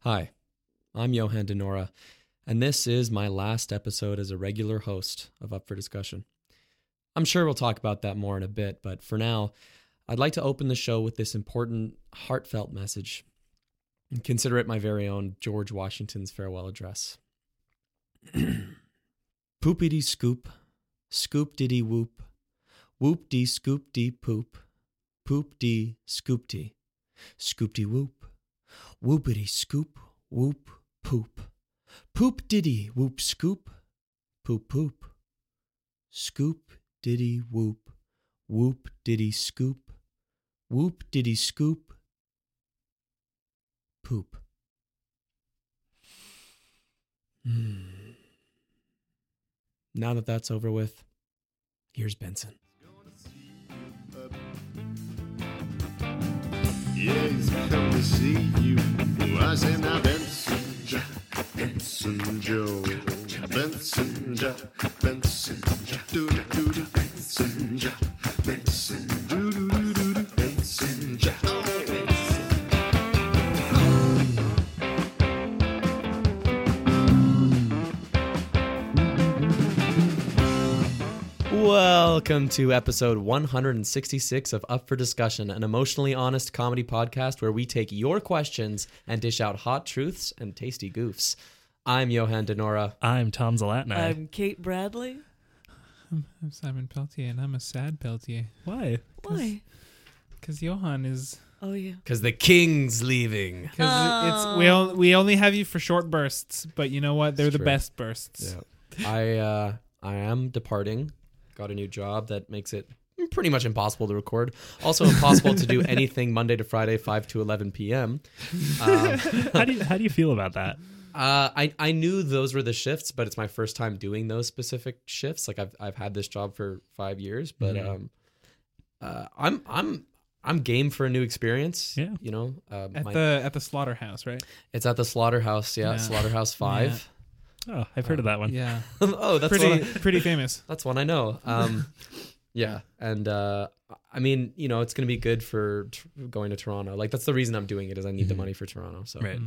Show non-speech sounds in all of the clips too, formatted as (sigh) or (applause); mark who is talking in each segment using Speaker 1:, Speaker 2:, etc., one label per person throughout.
Speaker 1: Hi, I'm Johan Denora, and this is my last episode as a regular host of Up for Discussion. I'm sure we'll talk about that more in a bit, but for now, I'd like to open the show with this important, heartfelt message and consider it my very own George Washington's farewell address. (clears throat) Poopity scoop, scoop diddy whoop, whoop dee scoop dee poop, poop dee scoop dee, scoop dee whoop, whoopity scoop, whoop poop, poop diddy whoop scoop, poop poop, scoop diddy whoop, whoop diddy scoop, whoop diddy scoop, poop. Hmm. Now that that's over with, here's Benson.
Speaker 2: Yeah, he's come to see you. I say now Benson Jack, Benson Joe, Benson Jack, Benson Jack, do do do do, Benson Jack, Benson do do do do do, Benson Oh, Jack.
Speaker 1: Welcome to episode 166 of Up for Discussion, an emotionally honest comedy podcast where we take your questions and dish out hot truths and tasty goofs. I'm Johan Denora.
Speaker 3: I'm Tom Zalatni.
Speaker 4: I'm Kate Bradley.
Speaker 5: I'm Simon Peltier, and I'm a sad Peltier
Speaker 3: Why?
Speaker 4: Why?
Speaker 5: because Johan is
Speaker 4: Oh yeah.
Speaker 1: Because the king's leaving.
Speaker 5: because it's we on, we only have you for short bursts, but you know what? They're
Speaker 1: It's
Speaker 5: the
Speaker 1: true.
Speaker 5: best bursts.
Speaker 1: I uh, I am departing. Got a new job that makes it pretty much impossible to record. Also impossible (laughs) to do anything Monday to Friday, five to eleven p.m.
Speaker 3: how do you, how do you feel about that?
Speaker 1: Uh, I I knew those were the shifts, but it's my first time doing those specific shifts. Like I've I've had this job for five years, but
Speaker 5: Mm-hmm.
Speaker 3: Mhm.
Speaker 1: um, uh, I'm I'm I'm game for a new experience.
Speaker 3: Yeah.
Speaker 1: you know, uh,
Speaker 5: At
Speaker 1: my-
Speaker 5: the at the
Speaker 1: (laughs)
Speaker 5: slaughterhouse, right?
Speaker 1: it's at the slaughterhouse. Yeah,
Speaker 5: Yeah.
Speaker 1: slaughterhouse five. (laughs)
Speaker 3: Oh, I've heard of that one.
Speaker 5: Yeah,
Speaker 1: oh, that's
Speaker 5: pretty
Speaker 1: what I-
Speaker 5: (laughs) pretty famous.
Speaker 1: That's one I know.
Speaker 5: (laughs)
Speaker 1: Um, yeah, and uh, I mean, you know, it's gonna be good for t- going to Toronto. Like that's the reason I'm doing it is I need
Speaker 5: Mm-hmm.
Speaker 1: the money for Toronto. So
Speaker 3: Right.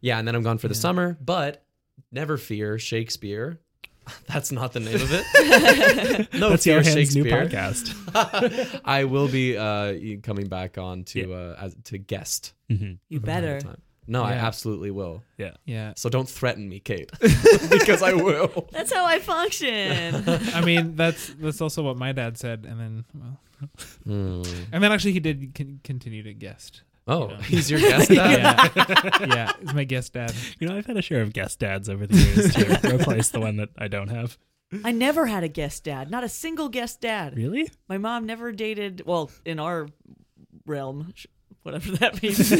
Speaker 1: yeah, and then I'm gone for the summer. But never fear, Shakespeare. (laughs) That's not the name of it.
Speaker 4: (laughs)
Speaker 1: no
Speaker 3: That's
Speaker 1: fear,
Speaker 3: Johan's new
Speaker 1: Oh, Shakespeare.
Speaker 3: podcast.
Speaker 1: (laughs) I will be uh, coming back on to uh, as, to guest.
Speaker 3: Mhm.
Speaker 4: You
Speaker 1: another
Speaker 4: better.
Speaker 1: time. No, I
Speaker 5: Yeah.
Speaker 1: absolutely will.
Speaker 3: Yeah.
Speaker 5: Yeah,
Speaker 1: So don't threaten me,
Speaker 4: (laughs)
Speaker 1: Kate, because I will.
Speaker 4: That's how I
Speaker 5: (laughs)
Speaker 4: function.
Speaker 5: I mean that's that's also what my dad said, and then well,
Speaker 4: Hmm.
Speaker 1: Mm.
Speaker 5: and then actually he did con- continue
Speaker 1: (laughs)
Speaker 5: to guest.
Speaker 1: Oh,
Speaker 5: Yeah.
Speaker 1: he's your guest. Dad?
Speaker 4: (laughs)
Speaker 5: Yeah, yeah, it's my guest dad.
Speaker 3: You know, I've had a share of guest dads over the years to replace the one that I don't have.
Speaker 4: I never had a guest dad. Not a single guest dad.
Speaker 3: Really?
Speaker 4: My mom never dated. Well, in our realm, sh- whatever that means.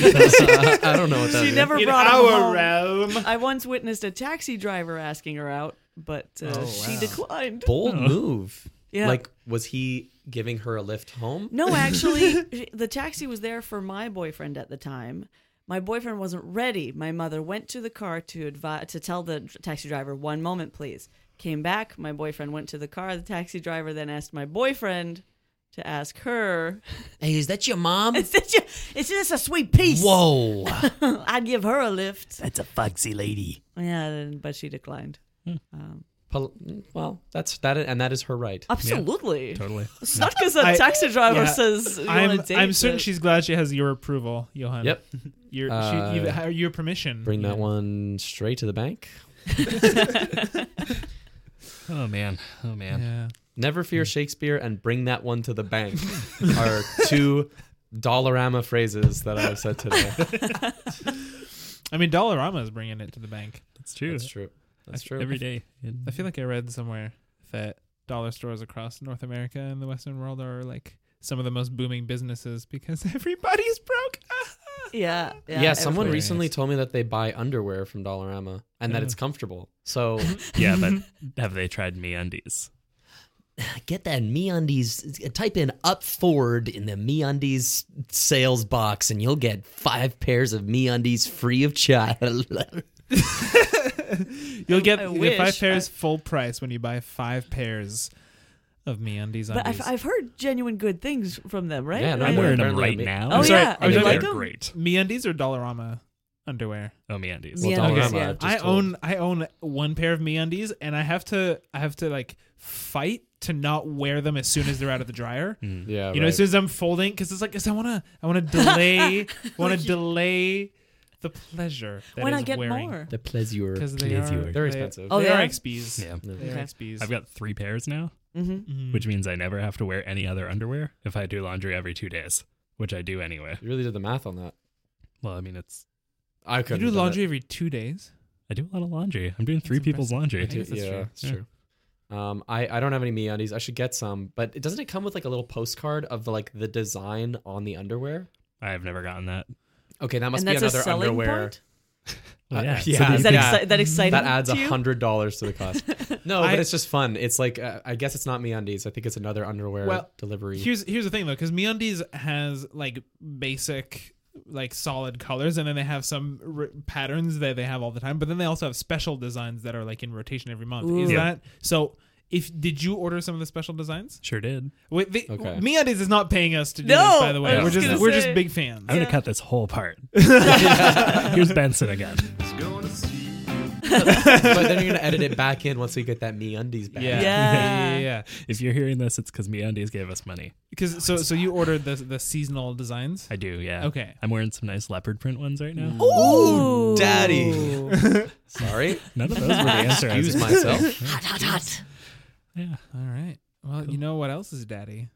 Speaker 1: I don't know what that
Speaker 4: she
Speaker 1: is.
Speaker 4: never brought him home.
Speaker 5: realm.
Speaker 4: I once witnessed a taxi driver asking her out, but uh,
Speaker 5: Oh,
Speaker 4: she
Speaker 5: wow.
Speaker 4: declined.
Speaker 1: bold move.
Speaker 4: Yeah.
Speaker 1: Like, was he giving her a lift home? (laughs)
Speaker 4: No, actually, the taxi was there for my boyfriend at the time. My boyfriend wasn't ready. My mother went to the car to advise to tell the taxi driver, "One moment, please." Came back. My boyfriend went to the car. The taxi driver then asked my boyfriend to ask her,
Speaker 1: Hey, is that your mom?
Speaker 4: (laughs) "Is this, your, is this a sweet piece?
Speaker 1: Whoa.
Speaker 4: (laughs) I'd give her a lift."
Speaker 3: That's a foxy lady.
Speaker 4: Yeah, then- but she declined.
Speaker 5: Hmm.
Speaker 4: Um,
Speaker 1: Pol- well, that's that, and that is her right.
Speaker 4: absolutely.
Speaker 3: Totally.
Speaker 4: It's not because a
Speaker 5: I-
Speaker 4: taxi driver
Speaker 5: yeah.
Speaker 4: says you
Speaker 5: I'm
Speaker 4: want to date.
Speaker 5: I'm certain
Speaker 4: but-
Speaker 5: she's glad she has your approval, Johan.
Speaker 1: Yep.
Speaker 5: (laughs) Your
Speaker 1: Uh,
Speaker 5: she, you, her- your permission.
Speaker 1: Bring that one straight to the bank.
Speaker 3: Oh man. Oh man.
Speaker 5: Yeah.
Speaker 1: Never
Speaker 5: Hmm.
Speaker 1: fear Shakespeare and bring that one to the
Speaker 5: (laughs)
Speaker 1: bank are two Dollarama phrases that I've said today.
Speaker 5: I mean, Dollarama is bringing it to the bank.
Speaker 3: That's true.
Speaker 1: That's true. That's true.
Speaker 3: Every day. in-
Speaker 5: I feel like I read somewhere that dollar stores across North America and the Western world are like some of the most booming businesses because (laughs) everybody's broke. (laughs)
Speaker 4: yeah,
Speaker 1: yeah,
Speaker 4: yeah.
Speaker 1: someone
Speaker 5: every-
Speaker 1: recently told me that they buy underwear from Dollarama and that
Speaker 3: Yeah.
Speaker 1: it's comfortable.
Speaker 5: (laughs)
Speaker 1: So
Speaker 3: yeah, but have they tried me undies?
Speaker 1: get that MeUndies. Type in up forward in the MeUndies sales box, and you'll get five pairs of MeUndies free of charge. (laughs)
Speaker 5: You'll get,
Speaker 4: I
Speaker 5: you get five
Speaker 4: wish.
Speaker 5: pairs full price when you buy five pairs of me undies.
Speaker 4: But I've, I've heard genuine good things from them, right?
Speaker 1: Yeah, no,
Speaker 4: Right? (laughs)
Speaker 3: I'm wearing them
Speaker 1: Apparently
Speaker 3: right
Speaker 1: me-
Speaker 3: now.
Speaker 4: Oh,
Speaker 3: I'm sorry.
Speaker 4: yeah.
Speaker 3: I
Speaker 5: You
Speaker 3: they're
Speaker 5: like
Speaker 4: 'em?
Speaker 3: great.
Speaker 5: me undies or Dollarama. underwear.
Speaker 3: Oh, me undies.
Speaker 4: Me
Speaker 3: Well,
Speaker 4: Yeah,
Speaker 3: don't
Speaker 4: undies,
Speaker 3: worry
Speaker 4: yeah.
Speaker 3: about it.
Speaker 5: I
Speaker 1: Just hold.
Speaker 5: own I own one pair of me undies and I have to I have to like fight to not wear them as soon as they're out of
Speaker 3: (laughs)
Speaker 5: the dryer.
Speaker 3: Mm.
Speaker 1: Yeah,
Speaker 5: you know, as soon as I'm folding, because it's like, 'cause I wanna,
Speaker 4: (laughs)
Speaker 5: I wanna delay, wanna delay the pleasure. That
Speaker 4: Why not
Speaker 5: is
Speaker 4: get
Speaker 5: wearing.
Speaker 4: more?
Speaker 1: the pleasure.
Speaker 5: Because they are,
Speaker 3: Pleasure.
Speaker 1: They're
Speaker 5: they-
Speaker 1: expensive.
Speaker 5: They,
Speaker 4: Oh, they
Speaker 5: are
Speaker 4: are?
Speaker 5: XBs.
Speaker 3: Yeah.
Speaker 5: They
Speaker 4: Okay.
Speaker 5: are XBs.
Speaker 3: I've got three pairs now,
Speaker 4: hmm
Speaker 5: Mhm.
Speaker 3: which means I never have to wear any other underwear if I do laundry every two days, which I do anyway.
Speaker 1: You really did the math on that.
Speaker 3: Well, I mean, it's
Speaker 1: I
Speaker 5: you
Speaker 1: couldn't
Speaker 5: do
Speaker 1: have done
Speaker 5: laundry every two days.
Speaker 3: I do a lot of laundry. I'm doing three
Speaker 5: That's
Speaker 3: people's
Speaker 1: it.
Speaker 5: impressive.
Speaker 3: laundry.
Speaker 5: I guess that's
Speaker 1: yeah,
Speaker 5: true.
Speaker 1: it's
Speaker 3: Yeah.
Speaker 1: true. Um, I, I don't have any me undies. I should get some, but it doesn't it come with like a little postcard of like the design on the underwear?
Speaker 3: I've never gotten that.
Speaker 1: Okay, that must
Speaker 4: And
Speaker 1: be
Speaker 4: that's a
Speaker 1: another
Speaker 4: selling
Speaker 1: underwear.
Speaker 4: point.
Speaker 3: Well,
Speaker 1: Uh,
Speaker 3: yeah.
Speaker 1: yeah.
Speaker 3: So
Speaker 4: Is
Speaker 3: these-
Speaker 4: that
Speaker 1: Yeah.
Speaker 4: exci- that exciting?
Speaker 1: That adds
Speaker 4: to
Speaker 1: a
Speaker 4: you? (laughs)
Speaker 1: hundred dollars to the cost. No,
Speaker 5: I-
Speaker 1: but it's just fun. It's like uh, I guess it's not me undies. I think it's another underwear
Speaker 5: Well,
Speaker 1: delivery.
Speaker 5: Here's here's the thing though, because MeUndies has like basic, like solid colors, and then they have some r- patterns that they have all the time. But then they also have special designs that are like in rotation every month. Is
Speaker 3: Ooh. Yeah.
Speaker 5: that so? If did you order some of the special designs?
Speaker 3: Sure did.
Speaker 5: Wait, they,
Speaker 1: Okay.
Speaker 5: MeUndies is not paying us to do
Speaker 4: No,
Speaker 5: this, by the way.
Speaker 3: I
Speaker 5: We're
Speaker 3: was
Speaker 5: just
Speaker 3: gonna
Speaker 5: we're
Speaker 4: say.
Speaker 5: just big fans.
Speaker 3: I'm gonna cut this whole
Speaker 1: (laughs)
Speaker 3: part. Here's Benson again.
Speaker 2: It's gonna see you.
Speaker 1: (laughs) but then you're gonna edit it back in once we get that me undies back.
Speaker 5: (laughs) Yeah.
Speaker 4: Yeah.
Speaker 5: yeah, yeah.
Speaker 3: If you're hearing this, it's because MeUndies gave us money.
Speaker 5: Because so so you ordered the the seasonal designs.
Speaker 3: I do, yeah.
Speaker 5: Okay.
Speaker 3: I'm wearing some nice leopard print ones right now.
Speaker 1: Ooh, daddy. (laughs) Sorry,
Speaker 3: None of those were the
Speaker 1: (laughs)
Speaker 3: answer. I was
Speaker 1: excuse
Speaker 3: expecting.
Speaker 1: myself. (laughs)
Speaker 4: Hot, hot, hot.
Speaker 3: Yeah.
Speaker 5: All right. Well, you know what else is daddy?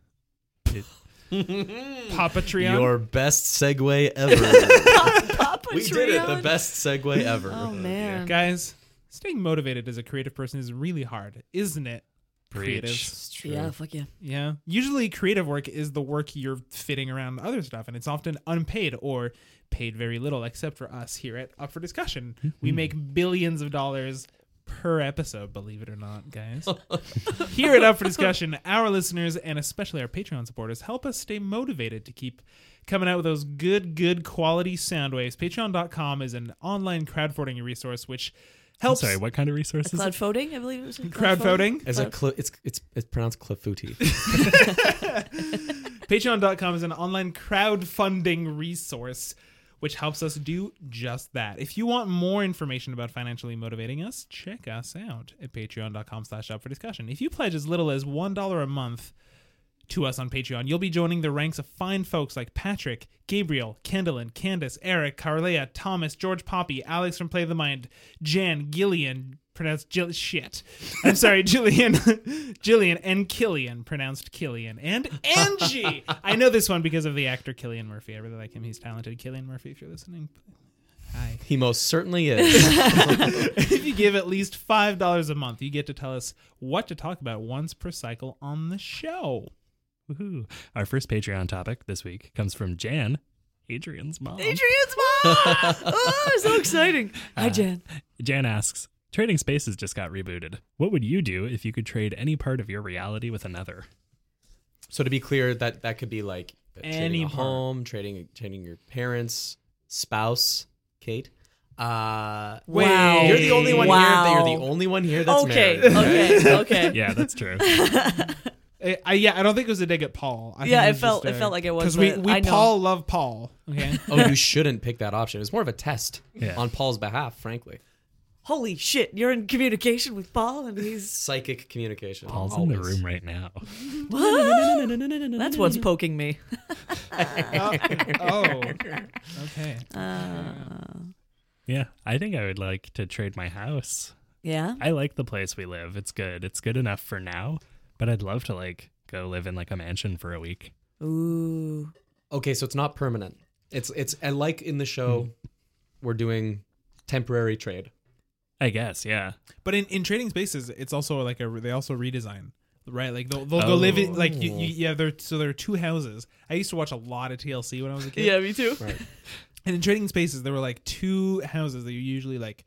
Speaker 1: Your
Speaker 5: Papa Trion.
Speaker 1: best segue ever.
Speaker 4: (laughs) Papa
Speaker 1: we did it. The
Speaker 4: Trion?
Speaker 1: best segue ever.
Speaker 4: Oh man.
Speaker 5: Guys, staying motivated as a creative person is really hard, isn't it?
Speaker 3: Preach.
Speaker 5: Creatives.
Speaker 4: Yeah, fuck yeah.
Speaker 5: Yeah. Usually creative work is the work you're fitting around other stuff and it's often unpaid or paid very little except for us here at Up for Discussion. we
Speaker 3: Mm-hmm.
Speaker 5: make billions of dollars per episode, believe it or not, guys. (laughs) here at Up for Discussion, our listeners and especially our Patreon supporters help us stay motivated to keep coming out with those good, good quality sound waves. Patreon.com is an online crowdfunding resource which
Speaker 3: I'm
Speaker 5: helps
Speaker 3: sorry, what kind of resources?
Speaker 4: Cloud voting, I believe it was.
Speaker 5: crowdfunding.
Speaker 1: As a cl- it's it's it's pronounced clafouti.
Speaker 4: (laughs)
Speaker 5: Patreon.com is an online crowdfunding resource which helps us do just that. If you want more information about financially motivating us, check us out at patreon.com slash up for discussion. If you pledge as little as $1 a month to us on Patreon, you'll be joining the ranks of fine folks like Patrick, Gabriel, Kendallin, Candace, Eric, Carlea, Thomas, George Poppy, Alex from Play the Mind, Jan, Gillian, pronounced Jill shit.
Speaker 1: (laughs)
Speaker 5: I'm sorry, Jillian, (laughs) Jillian, and Killian, pronounced Killian, and Angie. I know this one because of the actor Killian Murphy. I really like him. He's talented. Killian Murphy, if you're listening, (laughs) hi.
Speaker 1: he most certainly is.
Speaker 4: (laughs)
Speaker 5: if you give at least five dollars a month, you get to tell us what to talk about once per cycle on the show.
Speaker 3: Woohoo. Our first Patreon topic this week comes from Jan, Adrian's mom.
Speaker 4: Adrian's mom.
Speaker 1: (laughs)
Speaker 4: oh, so exciting.
Speaker 1: Ah,
Speaker 4: Hi, Jan.
Speaker 3: Jan asks Trading Spaces just got rebooted. What would you do if you could trade any part of your reality with another?
Speaker 1: so to be clear, that that could be like
Speaker 5: Any
Speaker 1: trading a
Speaker 5: part.
Speaker 1: home, trading trading your parents, spouse, Kate. Uh,
Speaker 4: Wow.
Speaker 1: you're the only one here. That
Speaker 4: Wow.
Speaker 1: you're the only one here that's
Speaker 4: Okay.
Speaker 1: married. (laughs)
Speaker 4: Okay. Okay.
Speaker 3: Yeah, that's true.
Speaker 5: Eh, I, I, yeah, I don't think it was a dig at Paul. I
Speaker 4: Yeah,
Speaker 5: think
Speaker 4: it felt-
Speaker 5: just
Speaker 4: it felt like it was,
Speaker 5: because we
Speaker 4: but
Speaker 5: we
Speaker 4: I know.
Speaker 5: Paul love Paul.
Speaker 4: (laughs)
Speaker 5: Okay,
Speaker 1: oh, you shouldn't pick that option. It's more of a test
Speaker 3: Yeah.
Speaker 1: on Paul's behalf, frankly.
Speaker 4: Holy shit! You're in communication with Paul, and he's
Speaker 1: Psychic communication.
Speaker 3: Paul's in the
Speaker 1: always.
Speaker 3: room right now.
Speaker 4: that's what's poking me. (laughs)
Speaker 5: oh, okay.
Speaker 3: Yeah, I think I would like to trade my house.
Speaker 4: Yeah.
Speaker 3: I like the place we live. It's good. It's good enough for now, but I'd love to like go live in like a mansion for a week.
Speaker 4: Ooh.
Speaker 1: Okay, so it's not permanent. It's it's and like in the show,
Speaker 3: Hmm.
Speaker 1: we're doing temporary trade.
Speaker 3: I guess, yeah.
Speaker 5: But in, in trading spaces, it's also like a they also redesign, right? Like they'll, they'll go live in like you, you, yeah. There so there are two houses. I used to watch a lot of TLC when I was a kid.
Speaker 4: me too.
Speaker 5: And in trading spaces, there were like two houses that you usually like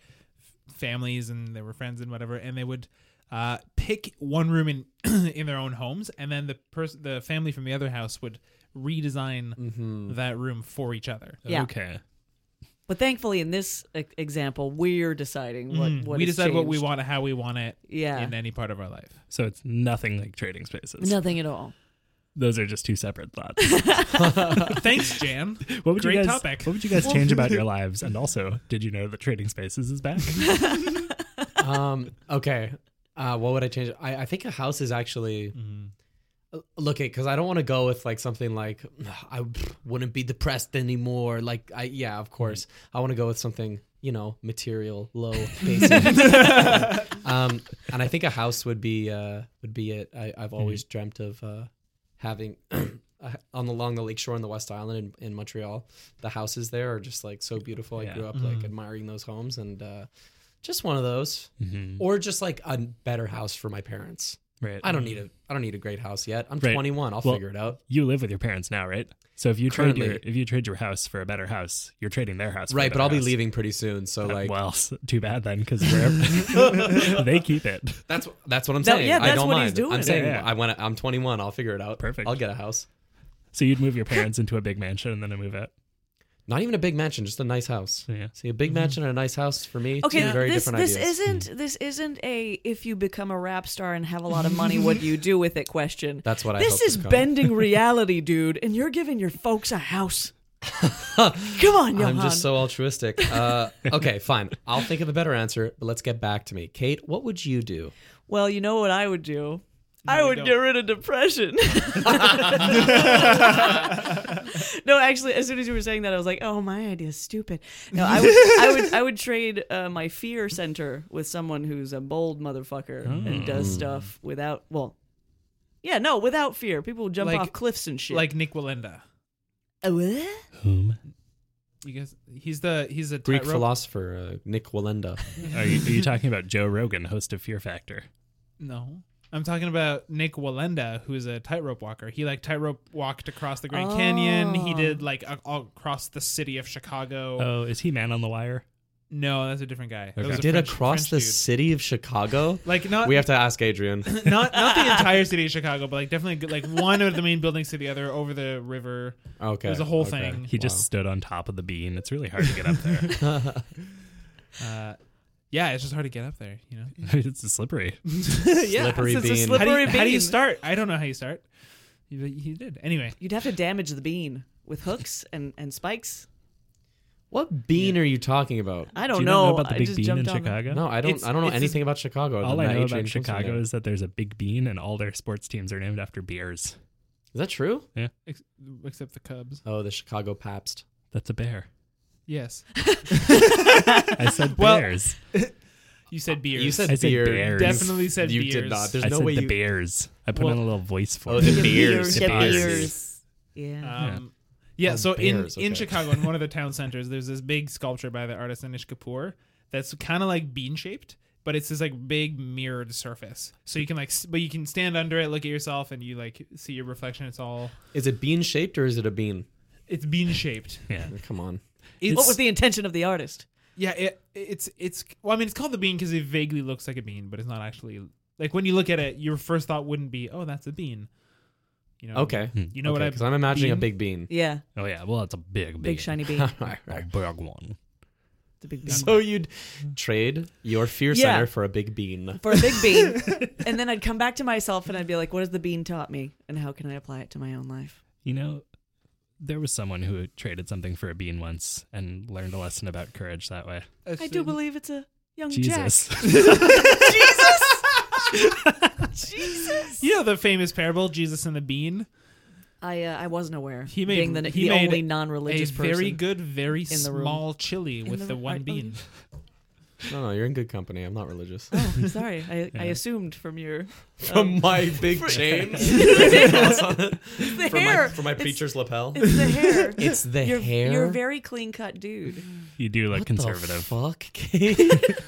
Speaker 5: f- families and they were friends and whatever, and they would uh, pick one room in (clears throat) in their own homes, and then the person the family from the other house would redesign
Speaker 3: Mm-hmm.
Speaker 5: that room for each other.
Speaker 4: Yeah.
Speaker 3: Okay.
Speaker 4: But thankfully, in this e- example, we're deciding what what
Speaker 5: we
Speaker 4: is
Speaker 5: decide what we
Speaker 4: changed.
Speaker 5: want and how we want it
Speaker 4: Yeah.
Speaker 3: (laughs)
Speaker 5: in any part of our life.
Speaker 3: So it's nothing like trading spaces.
Speaker 4: Nothing at all.
Speaker 3: those are just two separate thoughts.
Speaker 5: Thanks, Jan.
Speaker 3: (laughs) What would
Speaker 5: Great
Speaker 3: you guys?
Speaker 5: topic.
Speaker 3: What would you guys change about your lives? And also, did you know that Trading Spaces is back?
Speaker 1: um okay uh what would i change i, I think a house is actually Uh, look at because i don't want to go with like something like i wouldn't be depressed anymore like i yeah
Speaker 3: Mm-hmm.
Speaker 1: of course i want to go with something you know material
Speaker 3: (laughs)
Speaker 1: low basic um and i think a house would be uh would be it I,
Speaker 3: Mm-hmm.
Speaker 1: i've always dreamt of uh having (clears throat) uh, on the along the lake shore in the west island in, in montreal the houses there are just like so beautiful i
Speaker 3: Yeah. Mm-hmm.
Speaker 1: grew up like admiring those homes and uh just one of those
Speaker 3: Mm-hmm.
Speaker 1: or just like a better house for my parents
Speaker 3: Right.
Speaker 1: i don't need a i don't need a great house yet i'm
Speaker 3: Right.
Speaker 1: 21 i'll
Speaker 3: Well-
Speaker 1: figure it out
Speaker 3: You live with your parents now, right? So if you
Speaker 1: Currently.
Speaker 3: trade your if you trade your house for a better house, you're trading their house. For a
Speaker 1: right but
Speaker 3: better
Speaker 1: i'll be
Speaker 3: house.
Speaker 1: leaving pretty soon so
Speaker 3: Uh,
Speaker 1: like
Speaker 3: well, s- too bad then, because (laughs) they keep it.
Speaker 1: that's that's what i'm
Speaker 4: That-
Speaker 1: saying
Speaker 4: yeah,
Speaker 1: i
Speaker 4: that's
Speaker 1: don't
Speaker 4: what
Speaker 1: mind
Speaker 4: he's doing.
Speaker 1: i'm saying
Speaker 3: Yeah, yeah.
Speaker 1: i want to i'm 21 i'll figure it out
Speaker 3: Perfect.
Speaker 1: i'll get a house
Speaker 3: So you'd move your parents into a big mansion and then move out.
Speaker 1: not even a big mansion just a nice house
Speaker 3: Yeah.
Speaker 1: see a big mansion and a nice house for me
Speaker 4: Okay,
Speaker 1: two very
Speaker 4: this
Speaker 1: different
Speaker 4: this
Speaker 1: ideas
Speaker 4: isn't this isn't a if you become a rap star and have a lot of money, what do you do with it question.
Speaker 1: that's what i
Speaker 4: this
Speaker 1: hope to
Speaker 4: is
Speaker 1: become.
Speaker 4: bending reality, dude, and you're giving your folks a house. Come on, Johan.
Speaker 1: I'm just so altruistic. Uh, okay, fine. I'll think of a better answer, but let's get back to me. Kate, what would you do?
Speaker 4: well, you know what I would do? I
Speaker 5: you
Speaker 4: would
Speaker 5: don't.
Speaker 4: get rid of
Speaker 3: (laughs)
Speaker 4: depression. (laughs) no, actually, as soon as you were saying that, I was like, "Oh, my idea is stupid." No,
Speaker 3: (laughs)
Speaker 4: I would, I would, I would trade uh, my fear center with someone who's a bold motherfucker and
Speaker 3: Oh.
Speaker 4: does stuff without, well, yeah, no, without fear. People jump
Speaker 5: Like-
Speaker 4: off cliffs and shit.
Speaker 5: Like Nick Walenda.
Speaker 4: Uh,
Speaker 5: (laughs)
Speaker 4: what?
Speaker 3: Whom?
Speaker 5: You guys, he's the he's a
Speaker 1: Greek
Speaker 5: tightrope-
Speaker 1: philosopher uh, Nick Walenda.
Speaker 3: Are you, are you talking about Joe Rogan, host of Fear Factor?
Speaker 5: No. I'm talking about Nick Walenda, who's a tightrope walker. He like tightrope walked across the Grand Canyon.
Speaker 1: Oh.
Speaker 5: He did like a- all across the city of Chicago.
Speaker 3: Oh, is he Man on the Wire?
Speaker 5: no, that's a different guy. That
Speaker 3: Okay.
Speaker 5: was a
Speaker 1: Did
Speaker 5: French-
Speaker 1: across
Speaker 5: French
Speaker 1: the
Speaker 5: dude.
Speaker 1: city of Chicago?
Speaker 5: like not
Speaker 1: we have to ask Adrian.
Speaker 5: not
Speaker 1: (laughs)
Speaker 5: not the entire city of Chicago, but like definitely like one of the main buildings to the other over the river.
Speaker 1: Okay.
Speaker 5: It was a whole
Speaker 1: okay.
Speaker 5: thing.
Speaker 3: He just stood on top of the bean. It's really hard to get up there. (laughs)
Speaker 5: Uh, yeah, it's just hard to get up there, you know.
Speaker 3: it's slippery.
Speaker 5: yeah,
Speaker 1: Slippery
Speaker 5: it's- it's a
Speaker 1: bean.
Speaker 5: How do, you,
Speaker 4: Slippery
Speaker 5: how do you
Speaker 4: bean.
Speaker 5: start? I don't know how you start. But he did anyway.
Speaker 4: You'd have to damage the bean with hooks and, and spikes.
Speaker 1: What bean are you talking about?
Speaker 4: I don't
Speaker 3: Do you
Speaker 4: know.
Speaker 3: not know about the
Speaker 4: Oh, I
Speaker 3: Big
Speaker 4: just
Speaker 3: Bean
Speaker 4: jumped
Speaker 3: in
Speaker 4: on the-
Speaker 3: Chicago?
Speaker 1: No, I don't.
Speaker 5: It's-
Speaker 1: I don't know
Speaker 5: it's-
Speaker 1: anything about Chicago.
Speaker 3: All
Speaker 1: other than
Speaker 3: I know
Speaker 1: that Adrian
Speaker 3: about
Speaker 1: comes from
Speaker 3: Chicago
Speaker 1: there.
Speaker 3: is that there's a Big Bean, and all their sports teams are named after beers.
Speaker 1: Is that true?
Speaker 5: Ex- except the Cubs.
Speaker 1: Oh, the Chicago Pabst.
Speaker 3: That's a bear.
Speaker 5: Yes.
Speaker 3: I said
Speaker 5: Well,
Speaker 3: bears.
Speaker 5: You said beers.
Speaker 1: You said
Speaker 3: I said
Speaker 1: beer.
Speaker 3: bears.
Speaker 5: definitely said
Speaker 1: You
Speaker 5: beers.
Speaker 1: did not. There's
Speaker 3: I
Speaker 1: no
Speaker 3: said
Speaker 1: way
Speaker 3: the
Speaker 1: you.
Speaker 3: bears. I put
Speaker 5: Well-
Speaker 3: in a little voice for
Speaker 1: Oh,
Speaker 3: it.
Speaker 1: the beers.
Speaker 4: The
Speaker 1: I see.
Speaker 4: beers. Yeah.
Speaker 5: Um, yeah.
Speaker 1: Oh,
Speaker 5: so
Speaker 1: bears,
Speaker 5: in in
Speaker 1: okay.
Speaker 5: Chicago, in one
Speaker 1: (laughs)
Speaker 5: of the town centers, there's this big sculpture by the artist Anish Kapoor that's kind of like bean shaped, but it's this like big mirrored surface. So you can like, s- but you can stand under it, look at yourself, and you like see your reflection. It's all
Speaker 1: Is it bean shaped or is it a bean? Oh,
Speaker 5: it's bean shaped.
Speaker 3: Yeah.
Speaker 1: Come on.
Speaker 5: It's,
Speaker 4: What was the intention of the artist?
Speaker 5: Yeah, it, it's it's well, I mean, it's called the bean because it vaguely looks like a bean, but it's not actually like when you look at it, your first thought wouldn't be, "Oh, that's a bean." You know.
Speaker 1: Okay. You
Speaker 5: You know Um, what I?
Speaker 1: Because I'm imagining a
Speaker 5: bean?
Speaker 1: big bean.
Speaker 4: Yeah.
Speaker 3: Oh yeah. Well, it's a big bean.
Speaker 4: Big shiny
Speaker 1: (laughs)
Speaker 4: bean.
Speaker 1: All right,
Speaker 3: A
Speaker 1: right.
Speaker 3: big one.
Speaker 4: The big bean.
Speaker 1: So you'd trade your fear
Speaker 4: Yeah.
Speaker 1: center for a big bean.
Speaker 4: For a big bean. and then I'd come back to myself and I'd be like, what has the bean taught me? And how can I apply it to my own life?
Speaker 3: You know, there was someone who traded something for a bean once and learned a lesson about courage that way.
Speaker 4: I
Speaker 5: (laughs)
Speaker 4: do believe it's a young
Speaker 3: Jesus. (laughs)
Speaker 4: Jack. Jesus.
Speaker 5: You know the famous parable, Jesus and the bean.
Speaker 4: (laughs) I, uh, I wasn't aware.
Speaker 5: He made
Speaker 4: being the,
Speaker 5: he
Speaker 4: the
Speaker 5: made
Speaker 4: only
Speaker 5: a
Speaker 4: non-religious person.
Speaker 5: very good, very
Speaker 4: in the room.
Speaker 5: small chili with
Speaker 4: the
Speaker 5: the,
Speaker 4: room.
Speaker 5: one
Speaker 4: Right, oh,
Speaker 5: bean.
Speaker 1: No, no, you're in good company. I'm not religious.
Speaker 4: Oh, (laughs) sorry. I, I assumed from your
Speaker 1: From my big chain.
Speaker 4: (laughs) the
Speaker 1: From
Speaker 4: hair.
Speaker 1: my, from my
Speaker 4: It's-
Speaker 1: preacher's lapel.
Speaker 4: It's the hair.
Speaker 1: It's the
Speaker 4: you're,
Speaker 1: hair.
Speaker 4: You're a very clean cut dude.
Speaker 3: you do look
Speaker 1: The
Speaker 3: conservative.
Speaker 1: fuck, Kate?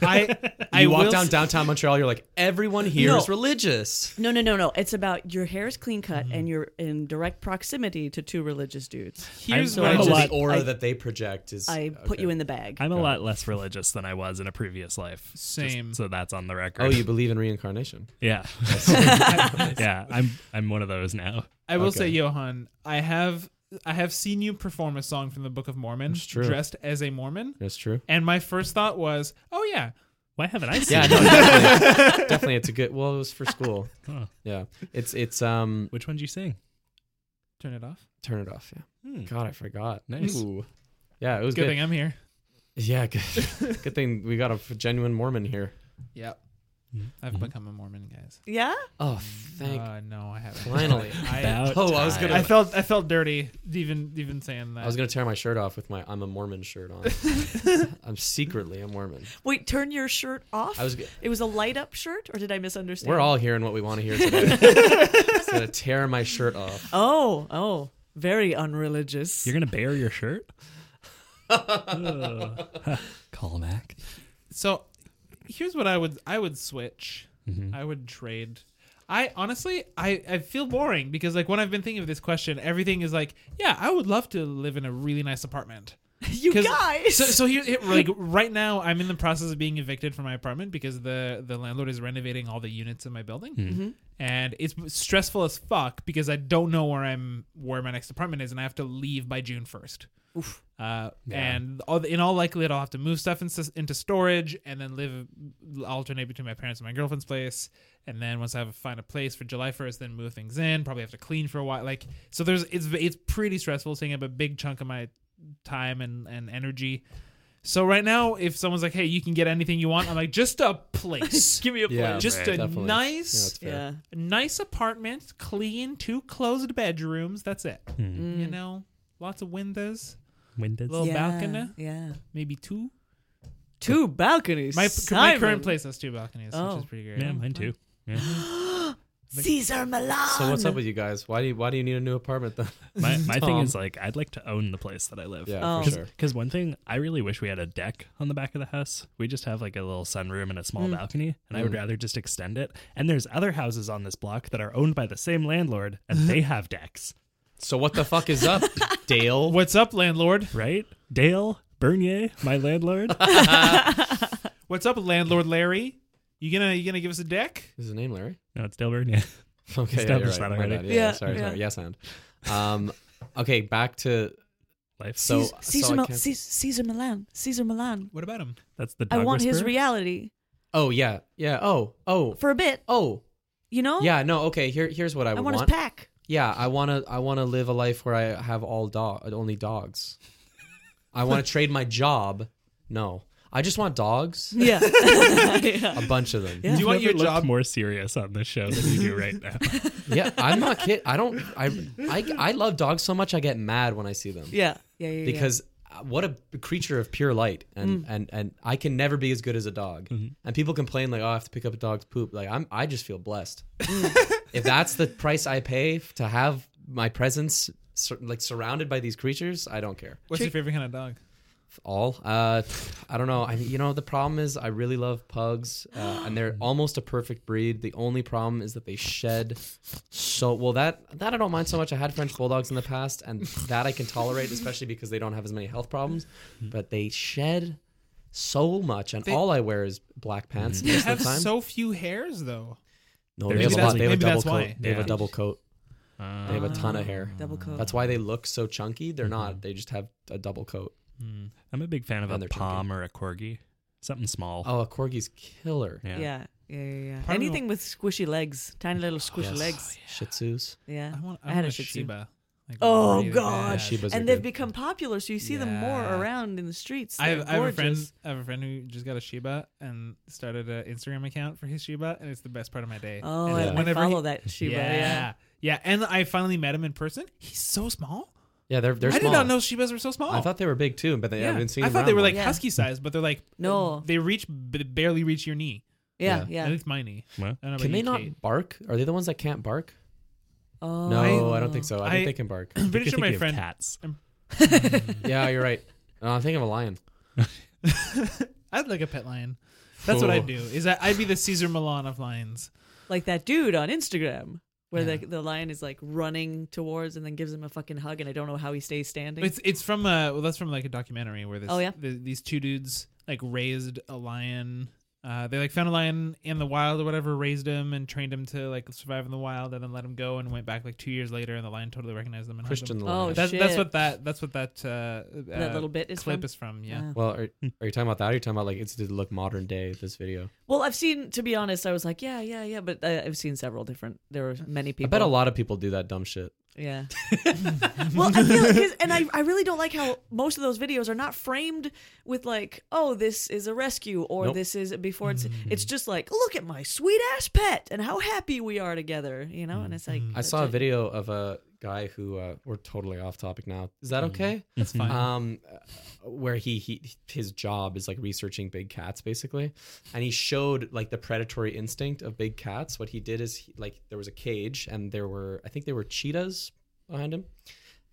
Speaker 5: I I
Speaker 1: you walk
Speaker 5: will
Speaker 1: down
Speaker 5: s-
Speaker 1: downtown Montreal, you're like, everyone here is
Speaker 4: No.
Speaker 1: religious.
Speaker 4: No, no, no, no. It's about your hair is clean cut
Speaker 1: Mm-hmm.
Speaker 4: and you're in direct proximity to two religious dudes.
Speaker 5: Here's
Speaker 3: I'm
Speaker 5: what I
Speaker 3: a
Speaker 1: So
Speaker 5: just
Speaker 1: the
Speaker 3: lot-
Speaker 1: aura
Speaker 4: I-
Speaker 1: that they project is.
Speaker 4: I put you in the bag.
Speaker 3: I'm a lot less religious than I was in a previous life. Just
Speaker 5: Same.
Speaker 3: so that's on the record.
Speaker 1: Oh, you believe in reincarnation?
Speaker 3: (laughs) Yeah. (laughs) yeah. I'm I'm one of those now.
Speaker 5: I will
Speaker 1: Okay.
Speaker 5: say, Johan, I have I have seen you perform a song from the Book of Mormon,
Speaker 1: true.
Speaker 5: dressed as a Mormon,
Speaker 1: That's true.
Speaker 5: and my first thought was, "Oh yeah,
Speaker 3: Why haven't I
Speaker 1: (laughs)
Speaker 3: seen
Speaker 1: Yeah,
Speaker 3: it?
Speaker 1: no, definitely. definitely. It's a good. Well, it was for school.
Speaker 3: Huh.
Speaker 1: Yeah, it's it's um.
Speaker 3: Which one did you sing?
Speaker 5: Turn it off.
Speaker 1: Turn it off. Yeah.
Speaker 3: Hmm.
Speaker 1: God, I forgot.
Speaker 3: Nice.
Speaker 1: Ooh. Yeah, it was
Speaker 5: Good
Speaker 1: good.
Speaker 5: thing I'm here.
Speaker 1: Yeah, good, good thing we got a f- genuine Mormon here.
Speaker 5: Yep.
Speaker 3: Mhm.
Speaker 5: I've
Speaker 3: Mhm.
Speaker 5: become a Mormon, guys.
Speaker 4: Yeah?
Speaker 1: Oh, thank.
Speaker 5: Uh, no, I haven't.
Speaker 1: Finally.
Speaker 5: I,
Speaker 3: About
Speaker 1: Oh, I was
Speaker 3: time.
Speaker 5: (laughs) I
Speaker 1: gonna-
Speaker 5: felt I felt dirty even even saying
Speaker 1: (laughs)
Speaker 5: that.
Speaker 1: I was gonna tear my shirt off with my "I'm a Mormon" shirt on. I'm secretly a Mormon.
Speaker 4: Wait, turn your shirt off?
Speaker 1: I was. g-
Speaker 4: it was a light up shirt, or did I misunderstand?
Speaker 1: We're all hearing what we want to hear today. Just gonna tear my shirt off.
Speaker 4: Oh, oh. Very unreligious. (laughs)
Speaker 3: You're gonna bare your shirt.
Speaker 1: (laughs)
Speaker 3: Ugh. (laughs) Call back.
Speaker 5: so here's what I would I would switch.
Speaker 3: Mhm.
Speaker 5: I would trade. I honestly I, I feel boring because like when I've been thinking of this question, everything is like, yeah, I would love to live in a really nice apartment.
Speaker 4: you
Speaker 5: 'Cause-
Speaker 1: (laughs)
Speaker 4: guys.
Speaker 5: So, so here, here-
Speaker 4: (laughs)
Speaker 5: like right now, I'm in the process of being evicted from my apartment because the the landlord is renovating all the units in my building,
Speaker 4: Mm-hmm.
Speaker 5: and it's stressful as fuck because I don't know where I'm where my next apartment is, and I have to leave by June first. Uh, And all, in all likelihood, I'll have to move stuff into, into storage and then live alternate between my parents and my girlfriend's place. And then once I have find a place for July first, then move things in. Probably have to clean for a while. Like so, there's it's it's pretty stressful, taking up a big chunk of my time and, and energy. So right now, if someone's like, "Hey, you can get anything you want," I'm like, "Just a
Speaker 4: (laughs)
Speaker 5: place,
Speaker 4: Give me a place.
Speaker 1: Yeah,
Speaker 5: just a
Speaker 1: definitely. Yeah,
Speaker 5: nice,
Speaker 1: that's fair.
Speaker 4: Yeah.
Speaker 5: a (laughs) nice apartment, clean, two closed bedrooms. That's it. You know, lots of windows,
Speaker 3: When did
Speaker 1: Oh,
Speaker 5: little
Speaker 4: Mm. yeah.
Speaker 5: balcony,
Speaker 4: Yeah.
Speaker 5: maybe two.
Speaker 4: Two balconies.
Speaker 5: My, my
Speaker 4: Simon.
Speaker 5: current place has two balconies,
Speaker 4: Oh.
Speaker 5: which is pretty great.
Speaker 3: yeah, mine too. Yeah.
Speaker 4: Caesar Milan.
Speaker 1: So what's up with you guys? Why do you, why do you need a new apartment then?
Speaker 4: (laughs)
Speaker 3: My my thing
Speaker 1: Tom.
Speaker 3: is
Speaker 4: Um,
Speaker 3: like I'd like to own the place that I
Speaker 1: (laughs)
Speaker 3: live.
Speaker 1: Yeah,
Speaker 4: Oh.
Speaker 1: for
Speaker 3: Because
Speaker 1: sure.
Speaker 3: one thing, I really wish we had a deck on the back of the house. We just have like a little sunroom and a small
Speaker 4: Mm.
Speaker 3: balcony, and
Speaker 5: Mm.
Speaker 3: I would rather just extend it. And there's other houses on this block that are owned by the same landlord, and
Speaker 4: (laughs)
Speaker 3: they have decks,
Speaker 1: So what the fuck is up, Dale?
Speaker 5: What's up, landlord?
Speaker 3: right? Dale Bernier, my
Speaker 4: (laughs)
Speaker 3: landlord.
Speaker 5: What's up, landlord Larry? You gonna you gonna give us a deck?
Speaker 1: Is his name Larry?
Speaker 3: no, it's Dale Bernier.
Speaker 1: (laughs)
Speaker 3: (laughs)
Speaker 1: Okay, yeah, you're
Speaker 3: Established
Speaker 1: right.
Speaker 3: that
Speaker 1: My
Speaker 3: already.
Speaker 1: bad. Yeah,
Speaker 4: Yeah,
Speaker 1: sorry,
Speaker 4: yeah.
Speaker 1: sorry. Yes, and. Um, okay, back to
Speaker 3: Life.
Speaker 1: oh, so.
Speaker 4: Caesar, Caesar,
Speaker 1: so I
Speaker 4: Mil-
Speaker 1: can't-
Speaker 4: Caesar, Caesar Milan. Caesar Milan.
Speaker 5: What about him?
Speaker 3: That's the
Speaker 4: I
Speaker 3: dog
Speaker 4: want his
Speaker 3: whisperer.
Speaker 4: reality
Speaker 1: oh yeah, yeah. Oh, oh,
Speaker 4: for a bit.
Speaker 1: oh.
Speaker 4: You know.
Speaker 1: Yeah, no. Okay, here, here's what I,
Speaker 4: I,
Speaker 1: would
Speaker 4: want,
Speaker 1: want.
Speaker 4: his pack.
Speaker 1: Yeah, I wanna, I wanna live a life where I have all dog, only dogs. I
Speaker 4: (laughs)
Speaker 1: want to trade my job. No, I just want dogs,
Speaker 4: (laughs) Yeah.
Speaker 1: a bunch of them.
Speaker 4: (laughs) Yeah.
Speaker 5: Do you want
Speaker 3: Never
Speaker 5: your
Speaker 3: looked
Speaker 5: job?
Speaker 3: more serious on this show than you do
Speaker 5: (laughs)
Speaker 3: right now.
Speaker 1: yeah I'm not kidding. I don't. I, I, I love dogs so much. I get mad when I see them.
Speaker 4: Yeah. Yeah. Yeah. Mm.
Speaker 1: because uh, what a creature of pure light and and and I can never be as good as a dog. And people complain like, "Oh, I have to pick up a dog's poop." Like I'm I just feel blessed.
Speaker 4: Mm.
Speaker 1: if that's the price I pay f- to have my presence sur- like surrounded by these creatures, I don't care.
Speaker 5: What's your favorite kind of dog?
Speaker 1: All uh I don't know. I you know the problem is I really love pugs uh, and
Speaker 5: (gasps)
Speaker 1: they're almost a perfect breed. The only problem is that they shed so well that that I don't mind so much. I had French bulldogs in the past, and that I can
Speaker 5: (laughs)
Speaker 1: tolerate, especially because they don't have as many health problems.
Speaker 5: Mm-hmm.
Speaker 1: But they shed so much, and all I wear is black pants
Speaker 5: Mm-hmm. They
Speaker 1: most of
Speaker 5: have
Speaker 1: the time.
Speaker 5: so few hairs though.
Speaker 1: no,
Speaker 3: Maybe
Speaker 1: they have a
Speaker 3: that's-
Speaker 1: lot. They have a
Speaker 5: maybe
Speaker 1: double
Speaker 5: that's
Speaker 1: coat.
Speaker 5: why.
Speaker 1: They have
Speaker 3: Yeah.
Speaker 1: a double coat. They
Speaker 3: Uh,
Speaker 1: have a ton of hair.
Speaker 4: Um, double coat.
Speaker 1: That's why they
Speaker 5: Oh.
Speaker 1: look so chunky. They're
Speaker 5: Mm-hmm.
Speaker 1: not. They just have a double coat.
Speaker 3: I'm a big fan of
Speaker 1: And
Speaker 3: a
Speaker 1: they're
Speaker 3: palm or a corgi, something small.
Speaker 1: Oh, a corgi's killer.
Speaker 3: yeah.
Speaker 4: yeah. Yeah. Yeah. Yeah. yeah.
Speaker 5: Part of
Speaker 4: Anything with squishy legs, tiny little squishy
Speaker 1: Yes.
Speaker 4: legs.
Speaker 1: Shih Tzus.
Speaker 4: Yeah.
Speaker 5: Oh, I want.
Speaker 4: I
Speaker 5: I, had
Speaker 4: had
Speaker 5: want
Speaker 4: a
Speaker 5: a
Speaker 4: Shih Tzu.
Speaker 5: Shiba. Like,
Speaker 4: Oh,
Speaker 5: really
Speaker 4: God.
Speaker 5: bad.
Speaker 1: Shibas are
Speaker 4: and they've
Speaker 1: good.
Speaker 4: become popular, so you see them more
Speaker 5: Yeah.
Speaker 4: around in the streets.
Speaker 5: I have,
Speaker 4: They're
Speaker 5: I have a friend.
Speaker 4: gorgeous.
Speaker 5: I have a friend who just got a Shiba and started an Instagram account for his Shiba, and it's the best part of my day.
Speaker 4: Oh,
Speaker 5: And
Speaker 4: I-
Speaker 1: Yeah.
Speaker 4: I,
Speaker 5: whenever
Speaker 4: follow
Speaker 1: (laughs)
Speaker 5: he-
Speaker 4: that Shiba.
Speaker 5: yeah.
Speaker 4: Yeah.
Speaker 5: yeah, And I finally met him in person. He's so small.
Speaker 1: Yeah, they're they're
Speaker 5: I
Speaker 1: small.
Speaker 5: did not know Shibas were so small.
Speaker 1: I thought they were big too, but they
Speaker 5: yeah.
Speaker 1: haven't seen.
Speaker 5: I thought they were like
Speaker 4: Yeah.
Speaker 5: husky size, but they're like
Speaker 4: No.
Speaker 5: They reach b- barely reach your knee.
Speaker 4: Yeah.
Speaker 1: Yeah.
Speaker 4: Yeah.
Speaker 5: At least my knee.
Speaker 3: Well,
Speaker 5: I don't know about
Speaker 1: Can they
Speaker 5: you,
Speaker 1: not
Speaker 5: Kate.
Speaker 1: bark? Are they the ones that can't bark?
Speaker 4: Oh.
Speaker 1: No, I, don't think so. I,
Speaker 5: I-
Speaker 1: think they can
Speaker 5: (laughs)
Speaker 1: bark.
Speaker 5: I'm
Speaker 3: You're
Speaker 5: pretty sure my
Speaker 3: thinking of
Speaker 5: friend.
Speaker 3: cats.
Speaker 1: yeah, you're right. No, I'm thinking of a lion.
Speaker 5: I'd like a pet lion. That's what
Speaker 1: Cool.
Speaker 5: I'd do. Is that I'd be the Caesar Milan of lions.
Speaker 4: Like that dude on Instagram. Where
Speaker 5: Yeah.
Speaker 4: the, the lion is like running towards and then gives him a fucking hug, and I don't know how he stays standing.
Speaker 5: It's it's from uh well that's from like a documentary where this
Speaker 4: Oh, yeah?
Speaker 5: the, these two dudes like raised a lion. Uh, they like found a lion in the wild or whatever, raised him and trained him to like survive in the wild, and then let him go and went back like two years later, and the lion totally recognized them and hugged
Speaker 1: Christian
Speaker 5: Them.
Speaker 1: the
Speaker 4: Oh,
Speaker 1: lion.
Speaker 4: sh-
Speaker 5: That, that's
Speaker 4: Shit.
Speaker 5: what that that's what that uh,
Speaker 4: that
Speaker 5: uh,
Speaker 4: little bit is
Speaker 5: clip
Speaker 4: from?
Speaker 5: is from. Yeah,
Speaker 4: Ah.
Speaker 1: well, are,
Speaker 5: Hmm.
Speaker 1: are you talking about that? Or are you talking about like it's did it look modern day? This video.
Speaker 4: Well, I've seen. To be honest, I was like, yeah, yeah, yeah, but uh, I've seen several different. There were many
Speaker 1: I
Speaker 4: people.
Speaker 1: bet a lot of people do that dumb shit.
Speaker 4: Yeah. (laughs) well, I feel like his, and I, I really don't like how most of those videos are not framed with like, oh, this is a rescue or
Speaker 3: Nope.
Speaker 4: this is before it's
Speaker 1: Mm-hmm.
Speaker 4: it's just like, look at my sweet ass pet and how happy we are together, you know? And it's like
Speaker 1: Mm-hmm. I saw a video of a guy who uh, we're totally off topic now. Is that okay?
Speaker 5: That's fine.
Speaker 1: Um, uh, where he, he his job is like researching big cats basically, and he showed like the predatory instinct of big cats. What he did is he, like there was a cage and there were I think there were cheetahs behind him,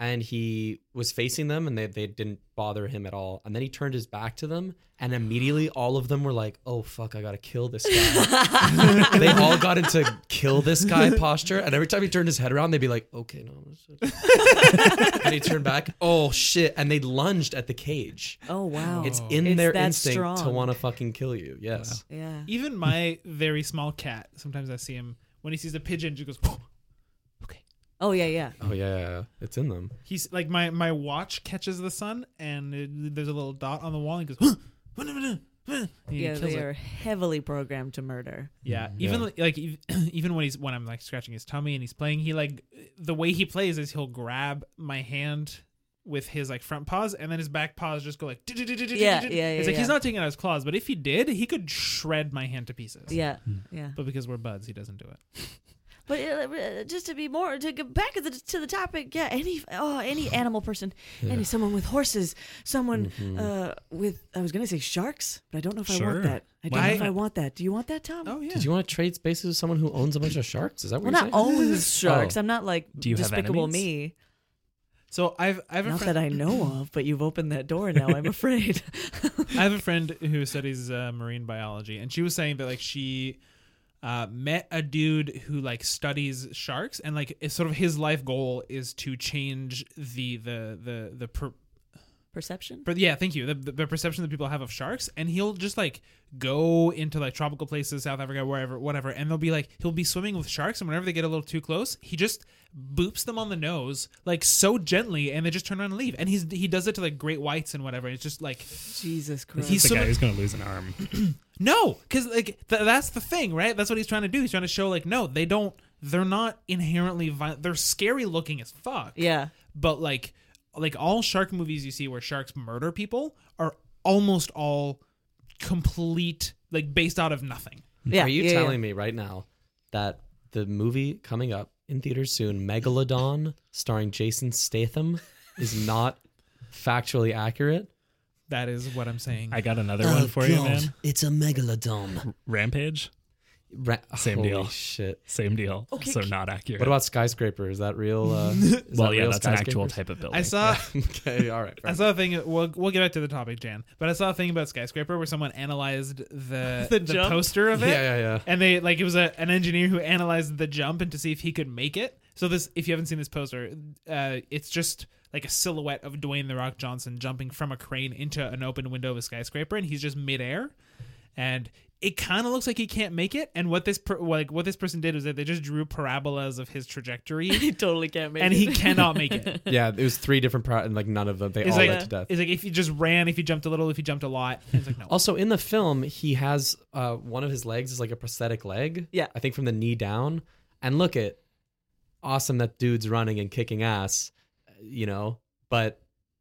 Speaker 1: and he was facing them and they they didn't bother him at all. And then he turned his back to them, and immediately all of them were like, "Oh fuck, I gotta kill this guy." they all got into kill this guy posture, and every time he turned his head around, they'd be like, "Okay, no." I'm just-" and he turned back, "Oh shit!" And they lunged at the cage.
Speaker 4: Oh wow.
Speaker 1: It's in
Speaker 4: It's
Speaker 1: their
Speaker 4: that
Speaker 1: instinct to
Speaker 4: strong.
Speaker 1: want to fucking kill you. Yes.
Speaker 4: yeah.
Speaker 5: Even my very small cat, sometimes I see him when he sees a pigeon, just goes.
Speaker 4: Oh yeah, yeah.
Speaker 1: Oh yeah, it's in them.
Speaker 5: He's like my my watch catches the sun, and it- there's a little dot on the wall, and he goes. and he
Speaker 4: Yeah,
Speaker 5: kills
Speaker 4: they
Speaker 5: it.
Speaker 4: are heavily programmed to murder.
Speaker 5: Yeah, even
Speaker 1: Yeah.
Speaker 5: li- like ev- (clears throat) even when he's when I'm like scratching his tummy and he's playing, he like the way he plays is he'll grab my hand with his like front paws and then his back paws just go like
Speaker 4: Yeah,
Speaker 5: yeah
Speaker 4: yeah,
Speaker 5: It's
Speaker 4: yeah,
Speaker 5: like he's
Speaker 4: yeah.
Speaker 5: not taking out his claws, but if he did, he could shred my hand to pieces.
Speaker 4: Yeah.
Speaker 1: Mm.
Speaker 4: Yeah.
Speaker 5: But because we're buds, he doesn't do it.
Speaker 4: But uh, uh, just to be more to get back to the, to the topic, yeah, any oh any animal person, any someone with horses, someone uh, with I was gonna say sharks, but I don't know if I
Speaker 3: Sure.
Speaker 4: want that. I don't
Speaker 3: Why
Speaker 4: know if I
Speaker 3: not?
Speaker 4: want that. Do you want that, Tom?
Speaker 5: yeah.
Speaker 1: Did you want to trade spaces with someone who owns a bunch of sharks? Is that
Speaker 4: well,
Speaker 1: what
Speaker 4: not
Speaker 1: you're saying? (laughs)
Speaker 4: owns sharks.
Speaker 1: Oh.
Speaker 4: I'm not like
Speaker 3: Do you have
Speaker 4: despicable
Speaker 3: enemies?
Speaker 4: me.
Speaker 5: so I've I have a
Speaker 4: Not
Speaker 5: friend
Speaker 4: that I know of, but you've opened that door now. I'm afraid. (laughs)
Speaker 5: I have a friend who studies uh, marine biology, and she was saying that like she uh, met a dude who like studies sharks, and like it's sort of his life goal is to change the the the the per-
Speaker 4: Perception.
Speaker 5: but yeah, thank you. The, the, the perception that people have of sharks, and he'll just like go into like tropical places, South Africa, wherever, whatever, and they'll be like he'll be swimming with sharks, and whenever they get a little too close, he just boops them on the nose like so gently, and they just turn around and leave. And he's he does it to like great whites and whatever. It's just like
Speaker 4: Jesus Christ.
Speaker 3: He's
Speaker 5: He's
Speaker 3: the
Speaker 5: so
Speaker 3: guy
Speaker 5: much-
Speaker 3: who's going to lose an arm.
Speaker 5: no, because like th- that's the thing, right? That's what he's trying to do. He's trying to show like no, they don't. They're not inherently violent. They're scary looking as fuck.
Speaker 4: yeah.
Speaker 5: But like, like all shark movies you see where sharks murder people are almost all complete, like based out of nothing.
Speaker 4: Yeah.
Speaker 1: Are you
Speaker 4: yeah, yeah. (laughs)
Speaker 1: telling me right now that the movie coming up in theaters soon, Megalodon, starring Jason Statham, is not factually accurate?
Speaker 5: That is what I'm saying.
Speaker 3: I got
Speaker 4: Oh,
Speaker 3: another one for you, man.
Speaker 1: Oh, It's a megalodon.
Speaker 3: Rampage, Same
Speaker 1: Holy
Speaker 3: deal.
Speaker 1: Shit.
Speaker 3: same deal.
Speaker 4: Okay,
Speaker 3: so
Speaker 4: c-
Speaker 3: not accurate.
Speaker 1: What about skyscraper? Is that real? Uh, is
Speaker 3: well,
Speaker 1: that
Speaker 3: yeah,
Speaker 1: real
Speaker 3: that's an actual
Speaker 1: skyscraper?
Speaker 3: type of building.
Speaker 5: I saw.
Speaker 1: (laughs) okay, all right. fair
Speaker 5: (laughs) I saw a thing. We'll, we'll get back to the topic, Jan. But I saw a thing about skyscraper where someone analyzed the the,
Speaker 4: jump?
Speaker 5: poster of
Speaker 1: enough.
Speaker 5: it.
Speaker 1: yeah, yeah, yeah.
Speaker 4: (laughs)
Speaker 5: and they like it was a, an engineer who analyzed the jump and to see if he could make it so this if you haven't seen this poster uh, it's just like a silhouette of dwayne the rock johnson jumping from a crane into an open window of a skyscraper and he's just midair and it kind of looks like he can't make it and what this per- like what this person did was that they just drew parabolas of his trajectory
Speaker 4: He totally can't make
Speaker 5: and
Speaker 4: it.
Speaker 5: he cannot make it
Speaker 1: Yeah, it was three different, pro- and like none of them. They
Speaker 5: it's
Speaker 1: all
Speaker 5: like
Speaker 1: led to death.
Speaker 5: it's like if he just ran if he jumped a little if he jumped a lot it's like no
Speaker 1: Also, in the film, he has uh, one of his legs is like a prosthetic leg.
Speaker 4: Yeah.
Speaker 1: I think from the knee down. And look at awesome that dude's running and kicking ass, you know, but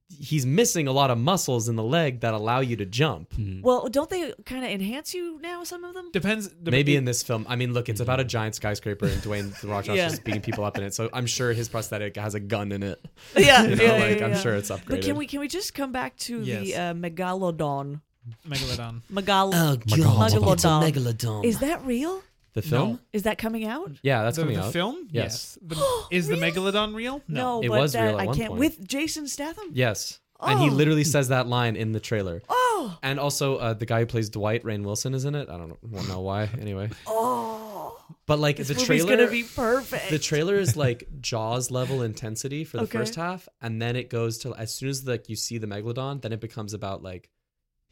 Speaker 1: he's missing a lot of muscles in the leg that allow you to jump.
Speaker 4: (laughs) well, don't they kind of enhance you now? Some of
Speaker 5: (laughs)
Speaker 4: them.
Speaker 5: depends
Speaker 1: Maybe in this film, I mean, look, it's about a giant skyscraper and
Speaker 4: (laughs)
Speaker 1: Dwayne the Rock Johnson's
Speaker 4: Yeah.
Speaker 1: just beating people up in it. So I'm sure his prosthetic has a gun in
Speaker 4: (laughs)
Speaker 1: it.
Speaker 4: yeah,
Speaker 1: You know,
Speaker 4: yeah,
Speaker 1: like
Speaker 4: yeah,
Speaker 1: I'm
Speaker 4: yeah.
Speaker 1: sure it's upgraded.
Speaker 4: But can we can we just come back to the
Speaker 5: Yes.
Speaker 4: uh, megalodon?
Speaker 5: megalodon
Speaker 4: Megal-
Speaker 1: Oh,
Speaker 3: God.
Speaker 4: It's a
Speaker 1: megalodon.
Speaker 4: is that real?
Speaker 1: the film?
Speaker 5: No.
Speaker 4: Is that coming out?
Speaker 1: Yeah, that's
Speaker 5: the,
Speaker 1: coming
Speaker 5: the
Speaker 1: out.
Speaker 5: film
Speaker 1: Yes.
Speaker 5: But is the megalodon real
Speaker 1: It
Speaker 4: but
Speaker 1: was
Speaker 4: that,
Speaker 1: real at
Speaker 4: I
Speaker 1: one
Speaker 4: can't
Speaker 1: point.
Speaker 4: with Jason Statham.
Speaker 1: Yes. And he
Speaker 4: Oh.
Speaker 1: literally says that line in the trailer.
Speaker 4: Oh,
Speaker 1: And also, uh, the guy who plays Dwight, Rain Wilson, is in it. I don't know, know why. Anyway,
Speaker 4: oh,
Speaker 1: but like the
Speaker 4: this movie's
Speaker 1: trailer,
Speaker 4: gonna be perfect.
Speaker 1: the trailer is like
Speaker 4: (laughs)
Speaker 1: Jaws level intensity for the
Speaker 4: Okay.
Speaker 1: first half, and then it goes to as soon as like you see the megalodon, then it becomes about like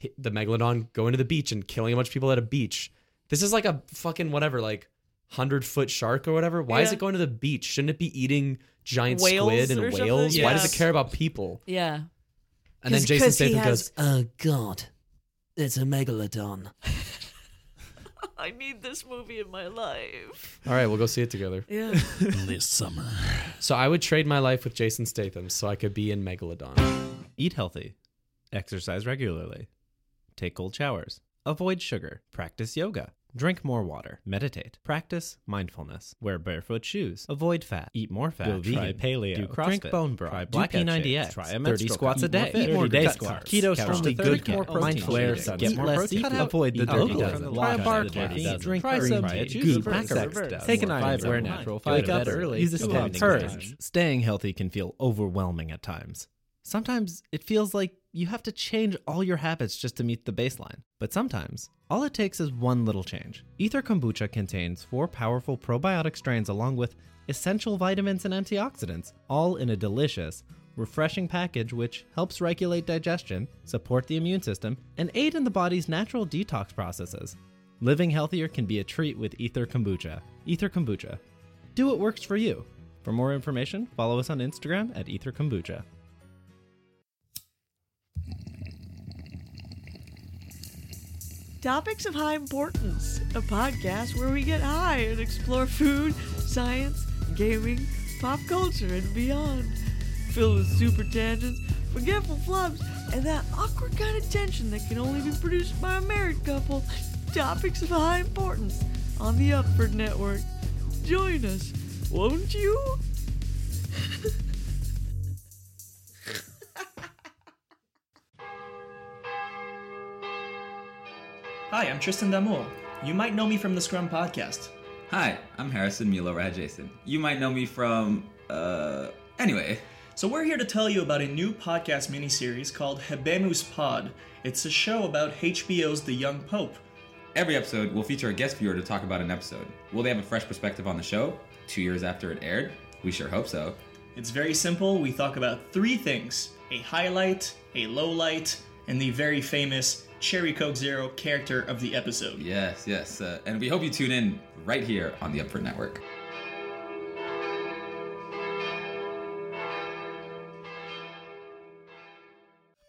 Speaker 1: hi- the megalodon going to the beach and killing a bunch of people at a beach. This is like a fucking whatever, like hundred foot shark or whatever. Why is
Speaker 4: Yeah.
Speaker 1: it going to the beach? Shouldn't it be eating giant
Speaker 4: Whales
Speaker 1: squid and
Speaker 4: or something?
Speaker 1: whales? Why does
Speaker 5: Yes.
Speaker 1: it care about people?
Speaker 4: yeah,
Speaker 1: And then
Speaker 4: 'Cause-
Speaker 1: Jason
Speaker 4: 'cause he
Speaker 1: Statham
Speaker 4: has-
Speaker 1: goes, "Oh God, it's a megalodon."
Speaker 4: (laughs) I need this movie in my life.
Speaker 1: All right, we'll go see it together.
Speaker 4: (laughs) Yeah.
Speaker 3: this summer.
Speaker 1: So I would trade my life with Jason Statham so I could be in Megalodon.
Speaker 6: Eat healthy. Exercise regularly. Take cold showers. Avoid sugar. Practice yoga. Drink more water. Meditate. Practice mindfulness. Wear barefoot shoes. Avoid fat. Eat more fat.
Speaker 7: Go
Speaker 6: Try
Speaker 7: vegan.
Speaker 6: paleo.
Speaker 7: Do
Speaker 6: Drink
Speaker 7: CrossFit.
Speaker 6: bone broth.
Speaker 7: Try
Speaker 6: Do
Speaker 7: blackout
Speaker 6: P90X.
Speaker 7: shakes. Try a
Speaker 6: 30
Speaker 7: menstrual
Speaker 6: squats a
Speaker 7: cup.
Speaker 6: day.
Speaker 7: Eat more fat. 30
Speaker 6: day
Speaker 7: cuts.
Speaker 6: squats.
Speaker 7: Keto
Speaker 6: Couch
Speaker 7: strongly
Speaker 6: to
Speaker 7: good
Speaker 6: thirty,
Speaker 7: cat.
Speaker 6: More protein.
Speaker 7: Mindful
Speaker 6: Flare.
Speaker 7: eating.
Speaker 6: Get
Speaker 7: Cut
Speaker 6: less
Speaker 7: out-
Speaker 6: seafood.
Speaker 7: cut out
Speaker 6: Avoid the
Speaker 7: the
Speaker 6: dirty
Speaker 7: dirty
Speaker 6: dozen.
Speaker 7: dozen.
Speaker 6: Try a
Speaker 7: Wash
Speaker 6: bar
Speaker 7: the dirty
Speaker 6: coffee.
Speaker 7: dozen.
Speaker 6: Drink
Speaker 7: Try
Speaker 6: green
Speaker 7: some
Speaker 6: tea.
Speaker 7: juice.
Speaker 6: Goop.
Speaker 7: Reverse,
Speaker 6: Sex.
Speaker 7: reverse.
Speaker 6: Take an iron.
Speaker 7: Fiber.
Speaker 6: Wear natural
Speaker 7: Wake
Speaker 6: fibers.
Speaker 7: up early.
Speaker 6: Use a
Speaker 7: Do
Speaker 6: standing
Speaker 7: exercise.
Speaker 6: stretch. Staying healthy can feel overwhelming at times. Sometimes it feels like you have to change all your habits just to meet the baseline. But sometimes, all it takes is one little change. Ether kombucha contains four powerful probiotic strains along with essential vitamins and antioxidants, all in a delicious, refreshing package which helps regulate digestion, support the immune system, and aid in the body's natural detox processes. Living healthier can be a treat with Ether kombucha. Ether kombucha. Do what works for you. For more information, follow us on Instagram at Ether Kombucha.
Speaker 4: Topics of High Importance, a podcast where we get high and explore food, science, gaming, pop culture, and beyond. Filled with super tangents, forgetful flubs, and that awkward kind of tension that can only be produced by a married couple. Topics of High Importance on the Upford Network. Join us, won't you?
Speaker 8: Hi, I'm Tristan Damour. You might know me from the Scrum Podcast.
Speaker 9: Hi, I'm Harrison Milo Rajason. You might know me from, uh, anyway.
Speaker 8: So we're here to tell you about a new podcast miniseries called Habemus Pod. It's a show about HBO's The Young Pope.
Speaker 9: Every episode will feature a guest viewer to talk about an episode. Will they have a fresh perspective on the show two years after it aired? We sure hope so.
Speaker 8: It's very simple. We talk about three things: a highlight, a lowlight, and the very famous Cherry Coke Zero character of the episode.
Speaker 9: Yes, yes, uh, and we hope you tune in right here on the Upfront Network.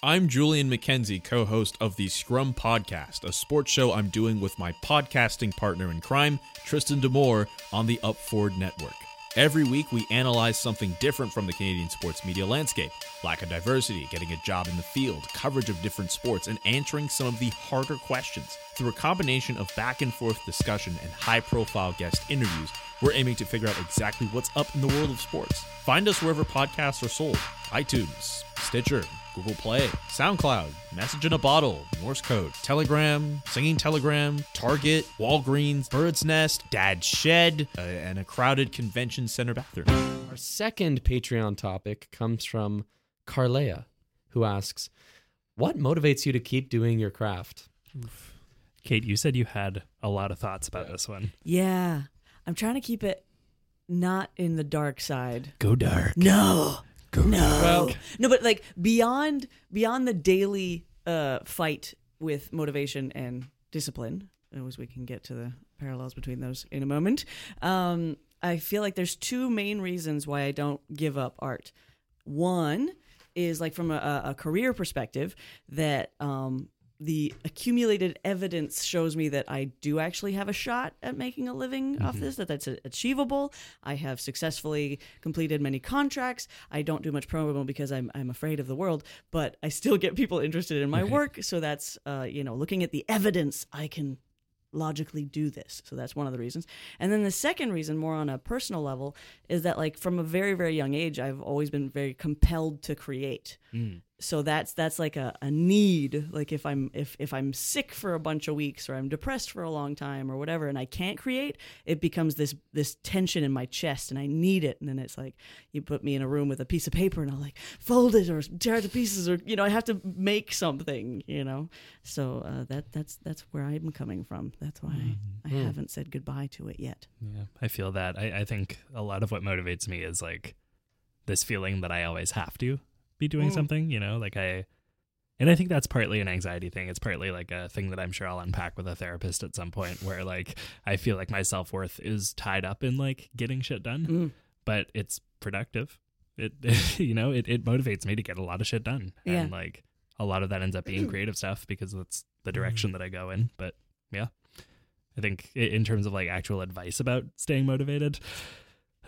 Speaker 10: I'm Julian McKenzie, co host of the Scrum Podcast, a sports show I'm doing with my podcasting partner in crime, Tristan Damore, on the Upford Network. Every week, we analyze something different from the Canadian sports media landscape lack of diversity, getting a job in the field, coverage of different sports, and answering some of the harder questions. Through a combination of back and forth discussion and high profile guest interviews, we're aiming to figure out exactly what's up in the world of sports. Find us wherever podcasts are sold iTunes, Stitcher, Google Play, SoundCloud, Message in a Bottle, Morse Code, Telegram, Singing Telegram, Target, Walgreens, Bird's Nest, Dad's Shed, uh, and a crowded convention center bathroom.
Speaker 1: Our second Patreon topic comes from Carlea, who asks, "What motivates you to keep doing your craft?"
Speaker 3: Kate, you said you had a lot of thoughts about this one.
Speaker 4: Yeah. I'm trying to keep it not in the dark side.
Speaker 3: Go dark.
Speaker 4: No. no. no, but like beyond beyond the daily uh, fight with motivation and discipline, as we can get to the parallels between those in a moment. Um, I feel like there's two main reasons why I don't give up art. One is like from a, a career perspective that um, the accumulated evidence shows me that I do actually have a shot at making a living off this, that that's achievable. I have successfully completed many contracts. I don't do much promo because I'm, I'm afraid of the world, but I still get people interested in my work. So that's, uh, you know, looking at the evidence, I can logically do this. So that's one of the reasons. And then the second reason, more on a personal level, is that like from a very, very young age, I've always been very compelled to create. So that's that's like a, a need. Like if I'm if if I'm sick for a bunch of weeks or I'm depressed for a long time or whatever and I can't create, it becomes this this tension in my chest and I need it. And then it's like you put me in a room with a piece of paper and I'll like fold it or tear it to pieces or you know, I have to make something, you know. So uh, that that's that's where I'm coming from. That's why I haven't said goodbye to it yet.
Speaker 3: Yeah, I feel that. I, I think a lot of what motivates me is like this feeling that I always have to be doing something, you know, like I, and I think that's partly an anxiety thing. It's partly like a thing that I'm sure I'll unpack with a therapist at some point where like I feel like my self worth is tied up in like getting shit done, but it's productive. It, (laughs) you know, it, it motivates me to get a lot of shit done. And
Speaker 4: Yeah.
Speaker 3: like
Speaker 4: (clears throat) Mm-hmm.
Speaker 3: a lot of that ends up being creative stuff because that's the direction that I go in. But yeah, I think i- in terms of like actual advice about staying motivated,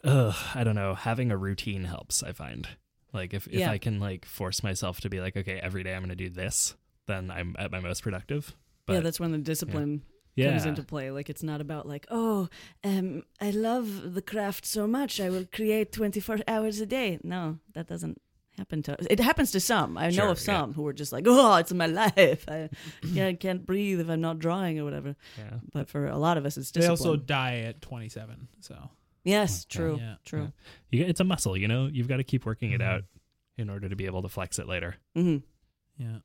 Speaker 3: ugh, I don't know. Having a routine helps. I find like if if
Speaker 4: Yeah.
Speaker 3: I can like force myself to be like okay every day I'm going to do this, then I'm at my most productive. But
Speaker 4: yeah, that's when the discipline comes
Speaker 3: Yeah.
Speaker 4: into play. Like it's not about like, oh, um, I love the craft so much, I will create twenty four hours a day. No, that doesn't happen to. It happens to some. I know
Speaker 10: Sure,
Speaker 4: of
Speaker 10: yeah.
Speaker 4: some who are just like, oh, it's my (laughs) life. I, yeah, I can't breathe if I'm not drawing or whatever.
Speaker 3: yeah.
Speaker 4: But for a lot of us, it's
Speaker 5: They
Speaker 4: discipline.
Speaker 5: also die at 27. So
Speaker 4: yes, true,
Speaker 5: Yeah.
Speaker 4: true.
Speaker 3: You, it's a muscle, you know. You've got to keep working
Speaker 4: Mm-hmm.
Speaker 3: it out in order to be able to flex it later.
Speaker 4: hmm
Speaker 5: yeah,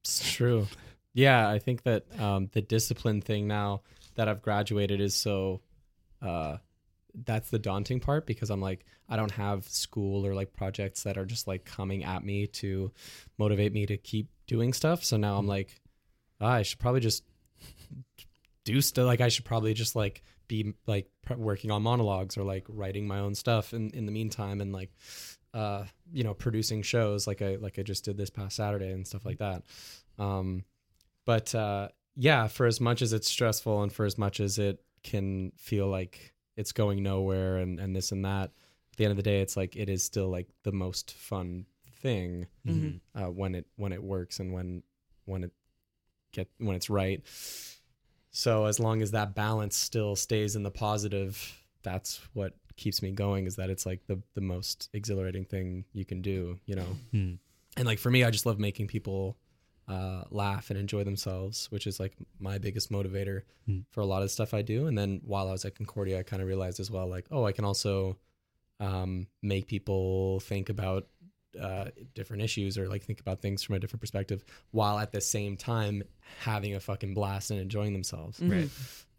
Speaker 1: It's true. Yeah, I think that um, the discipline thing now that I've graduated is so. Uh, that's the daunting part because I'm like I don't have school or like projects that are just like coming at me to motivate me to keep doing stuff. So now I'm like, ah, I should probably just do stuff. Like I should probably just like be like pr- working on monologues or like writing my own stuff in in the meantime and like uh you know producing shows like I like I just did this past Saturday and stuff like that. Um, but uh, yeah, for as much as it's stressful and for as much as it can feel like it's going nowhere and, and this and that, at the end of the day, it's like it is still like the most fun thing
Speaker 4: Mhm.
Speaker 1: uh, when it when it works and when when it get when it's right. So as long as that balance still stays in the positive, that's what keeps me going. Is that it's like the the most exhilarating thing you can do, you know
Speaker 3: Hmm.
Speaker 1: and like for me i just love making people uh, laugh and enjoy themselves which is like my biggest motivator
Speaker 3: Hmm.
Speaker 1: for a lot of stuff i do and then while i was at concordia i kind of realized as well like oh i can also um, make people think about uh, different issues or like think about things from a different perspective while at the same time having a fucking blast and enjoying themselves
Speaker 4: Right.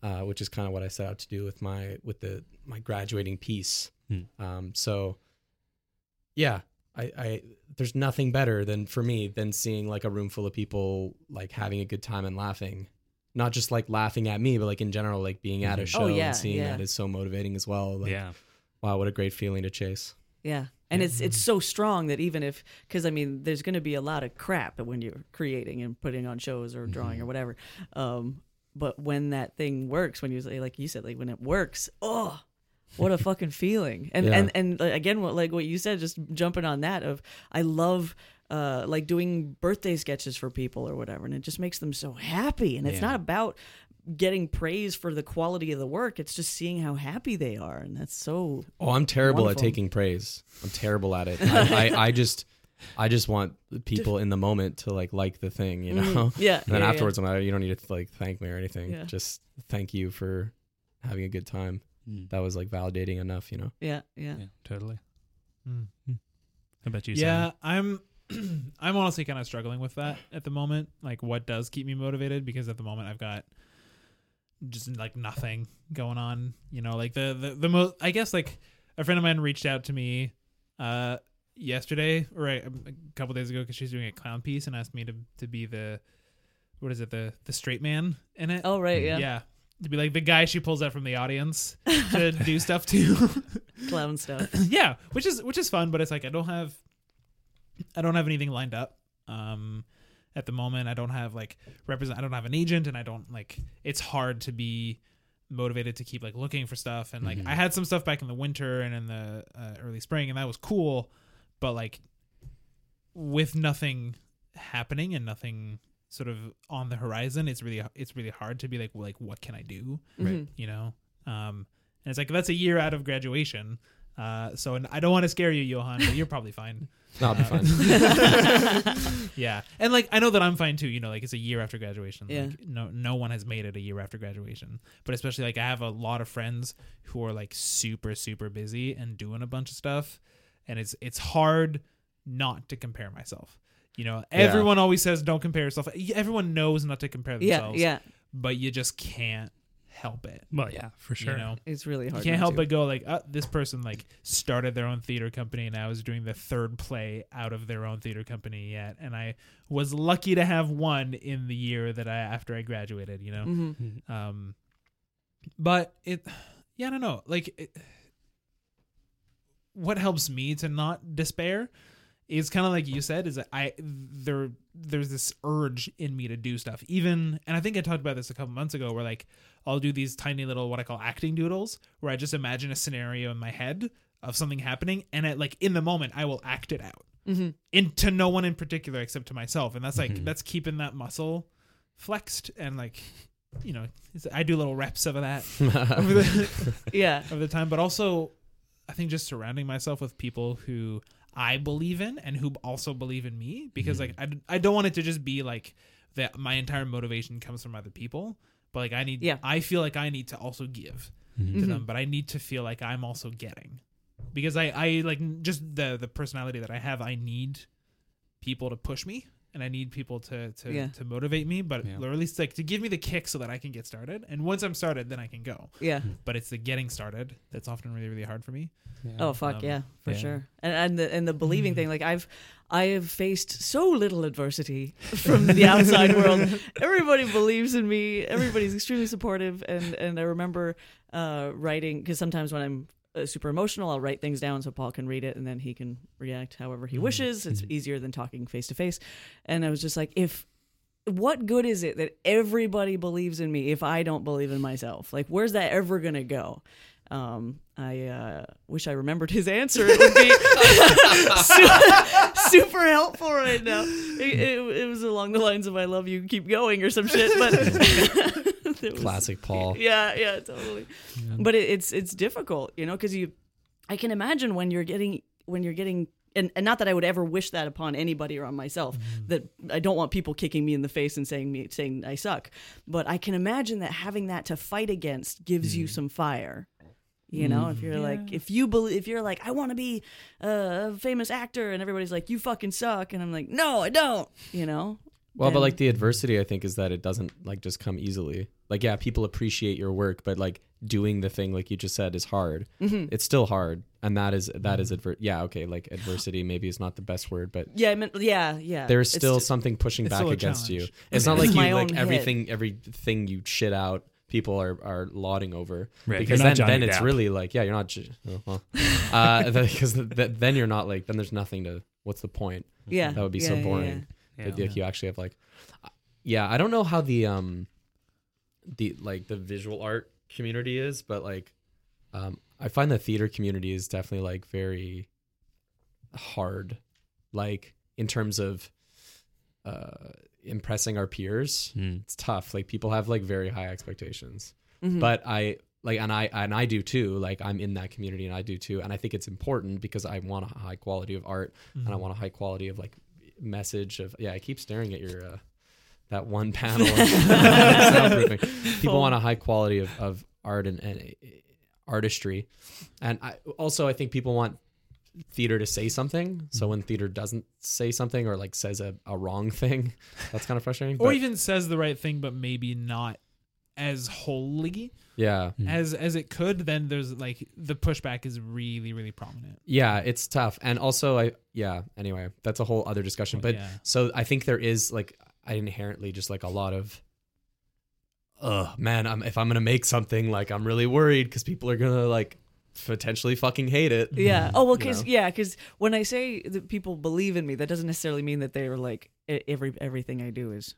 Speaker 1: uh, which is kind of what i set out to do with my with the my graduating piece
Speaker 3: Hmm.
Speaker 1: um, so yeah I, I there's nothing better than for me than seeing like a room full of people like having a good time and laughing not just like laughing at me but like in general like being at a show
Speaker 4: Oh, yeah,
Speaker 1: and seeing
Speaker 4: yeah.
Speaker 1: that is so motivating as well like
Speaker 3: yeah.
Speaker 1: wow what a great feeling to chase
Speaker 4: Yeah. And it's it's so strong that even if because I mean there's going to be a lot of crap when you're creating and putting on shows or drawing
Speaker 1: Mm-hmm.
Speaker 4: or whatever, um, but when that thing works, when you say like you said like when it works, oh,
Speaker 1: (laughs)
Speaker 4: what a fucking feeling! And
Speaker 1: Yeah.
Speaker 4: and and like, again, what like what you said, just jumping on that of I love uh like doing birthday sketches for people or whatever, and it just makes them so happy. And it's not about getting praise for the quality of the work; it's just seeing how happy they are, and that's so
Speaker 1: Oh, I'm terrible
Speaker 4: Wonderful.
Speaker 1: at taking praise. I'm terrible at it. I, I, I just, I just want people in the moment to like like the thing, you know.
Speaker 4: Mm. (laughs) yeah,
Speaker 1: And then
Speaker 4: yeah, yeah.
Speaker 1: afterwards, I'm like, you don't need to like thank me or anything.
Speaker 4: Yeah.
Speaker 1: Just thank you for having a good time.
Speaker 3: Mm.
Speaker 1: That was like validating enough,
Speaker 4: (laughs)
Speaker 1: you know.
Speaker 4: yeah, yeah.
Speaker 3: Yeah, totally. Hmm.
Speaker 5: Mm.
Speaker 3: I bet you.
Speaker 5: yeah. I'm (clears throat) I'm honestly kind of struggling with that at the moment. Like, what does keep me motivated? Because at the moment, I've got just like nothing going on. You know, like the the, the most. I guess like a friend of mine reached out to me uh yesterday or uh, a, a couple days ago because she's doing a clown piece and asked me to to be the what is it the the straight man in it.
Speaker 4: Oh right, yeah.
Speaker 5: yeah. To be like the guy she pulls out from the audience to do stuff to.
Speaker 4: Clown
Speaker 5: (laughs)
Speaker 4: stuff.
Speaker 5: yeah which is which is fun but it's like i don't have i don't have anything lined up um at the moment i don't have like represent i don't have an agent and i don't like it's hard to be motivated to keep like looking for stuff and like i had some stuff back in the winter and in the uh, early spring and that was cool but like with nothing happening and nothing sort of on the horizon it's really it's really hard to be like like what can i do
Speaker 4: Right.
Speaker 5: you know um and it's like that's a year out of graduation uh so and i don't want to scare you johan but you're probably fine Uh,
Speaker 1: No, I'll be fine.
Speaker 5: (laughs)
Speaker 4: Mm-hmm.
Speaker 5: yeah and like i know that i'm fine too you know like it's a year after graduation
Speaker 4: Yeah.
Speaker 5: like no no one has made it a year after graduation but especially like i have a lot of friends who are like super super busy and doing a bunch of stuff and it's it's hard not to compare myself you know everyone always says don't compare yourself everyone knows not to compare
Speaker 4: (laughs) Yeah,
Speaker 5: themselves
Speaker 4: yeah.
Speaker 5: but you just can't help it
Speaker 3: Well, yeah, for sure.
Speaker 5: you know
Speaker 4: It's really hard.
Speaker 5: you can't
Speaker 4: not
Speaker 5: help
Speaker 4: to.
Speaker 5: but go like, uh, this person like started their own theater company, and I was doing the third play out of their own theater company yet, and I was lucky to have one in the year that I after I graduated, you know.
Speaker 4: Mm-hmm,
Speaker 5: Um, but it, yeah, I don't know. Like, it, what helps me to not despair is kind of like you said is that I there there's this urge in me to do stuff even and I think I talked about this a couple months ago where like I'll do these tiny little what I call acting doodles where I just imagine a scenario in my head of something happening and at like in the moment I will act it out
Speaker 4: mm-hmm.
Speaker 5: and to no one in particular except to myself and that's like that's keeping that muscle flexed and like you know it's- I do little reps of that
Speaker 4: (laughs)
Speaker 5: over the, (laughs)
Speaker 4: Yeah.
Speaker 5: of the time, but also I think just surrounding myself with people who I believe in and who also believe in me because like I, d- I don't want it to just be like that my entire motivation comes from other people, but like I need
Speaker 4: Yeah.
Speaker 5: I feel like I need to also give
Speaker 4: Mm-hmm.
Speaker 5: to
Speaker 3: Mm-hmm.
Speaker 5: them, but I need to feel like I'm also getting because I I like n- just the the personality that I have, I need people to push me and I need people to to,
Speaker 4: Yeah.
Speaker 5: to motivate me, but
Speaker 3: Yeah.
Speaker 5: or at least like to give me the kick so that I can get started. And once I'm started, then I can go
Speaker 4: Yeah.
Speaker 5: but it's the getting started that's often really really hard for me
Speaker 4: Oh fuck
Speaker 5: Um,
Speaker 4: yeah, for
Speaker 5: yeah. Hmm.
Speaker 4: sure. And and the and the believing thing, like I've I have faced so little adversity
Speaker 5: (laughs)
Speaker 4: from the outside world. Everybody believes in me. Everybody's extremely supportive. And and I remember uh, writing because sometimes when I'm uh, super emotional, I'll write things down so Paul can read it and then he can react however
Speaker 5: Hmm.
Speaker 4: he wishes. It's easier than talking face to face. And I was just like, if what good is it that everybody believes in me if I don't believe in myself? Like, where's that ever gonna go? Um, I uh, wish I remembered his answer. It would be (laughs) super, super helpful right now. It, it, it was along the lines of "I love you, keep going" or some shit. But (laughs) that
Speaker 1: (laughs)
Speaker 4: was-
Speaker 1: Classic Paul.
Speaker 4: yeah, yeah, totally. But it, it's it's difficult, you know, because you, I can imagine when you're getting when you're getting. And, and not that I would ever wish that upon anybody or on myself.
Speaker 1: Mm-hmm.
Speaker 4: That I don't want people kicking me in the face and saying me saying I suck. But I can imagine that having that to fight against gives
Speaker 1: Mm-hmm.
Speaker 4: you some fire. You know, if you're like, if you believe, if you're like, I want to be uh, a famous actor, and everybody's like, you fucking suck, and I'm like, no, I don't. You know,
Speaker 1: Well, but
Speaker 4: then-
Speaker 1: like the adversity, I think, is that it doesn't like just come easily. Like, yeah, people appreciate your work, but like doing the thing, like you just said, is hard. It's still hard, and that is that is adver- Yeah, okay, like adversity maybe is not the best word, but
Speaker 4: yeah, I meant, yeah, yeah.
Speaker 1: there is
Speaker 4: It's
Speaker 1: still
Speaker 4: just-
Speaker 1: something pushing
Speaker 5: it's
Speaker 1: back
Speaker 5: still a
Speaker 1: against
Speaker 5: challenge.
Speaker 1: you. It's not like
Speaker 4: It's
Speaker 1: you
Speaker 4: my
Speaker 1: like
Speaker 4: own
Speaker 1: everything everything you shit out. People are, are lauding over
Speaker 3: Right,
Speaker 1: because
Speaker 3: you're
Speaker 1: then,
Speaker 3: not
Speaker 1: then
Speaker 3: Johnny
Speaker 1: it's
Speaker 3: Depp.
Speaker 1: really like yeah you're not j- oh, well. (laughs) uh, because th- then you're not like then there's nothing to what's the point
Speaker 4: yeah,
Speaker 1: that would be
Speaker 4: yeah,
Speaker 1: so
Speaker 4: yeah,
Speaker 1: boring
Speaker 4: yeah.
Speaker 3: Yeah.
Speaker 1: But, like you actually have like I- yeah i don't know how the um the like the visual art community is but like um i find the theater community is definitely like very hard like in terms of uh impressing our peers
Speaker 3: Mm.
Speaker 1: it's tough like people have like very high expectations
Speaker 5: Mm.
Speaker 1: but i like and i and i do too like i'm in that community and i do too and i think it's important because i want a high quality of art and
Speaker 5: Mm.
Speaker 1: i want a high quality of like message of yeah i keep staring at your uh that
Speaker 5: (laughs)
Speaker 1: one panel (laughs) of soundproofing. people want a high quality of, of art and, and uh, artistry and i also i think people want theater to say something
Speaker 5: Mm.
Speaker 1: so when theater doesn't say something or like says a, a wrong thing (laughs) that's kind of frustrating
Speaker 5: or
Speaker 1: but-
Speaker 5: even says the right thing but maybe not as wholly
Speaker 1: yeah
Speaker 5: as as it could then there's like the pushback is really really prominent
Speaker 1: Yeah, it's tough. And also I yeah, anyway, that's a whole other discussion. But
Speaker 5: Yeah.
Speaker 1: so I think there is like I inherently just like a lot of oh man, I'm if I'm gonna make something, like I'm really worried because people are gonna like potentially fucking hate it. Mm-hmm.
Speaker 4: Yeah. Oh well,
Speaker 1: You
Speaker 4: because
Speaker 1: know?
Speaker 4: yeah, because when I say that people believe in me, that doesn't necessarily mean that they are like e- every everything I do is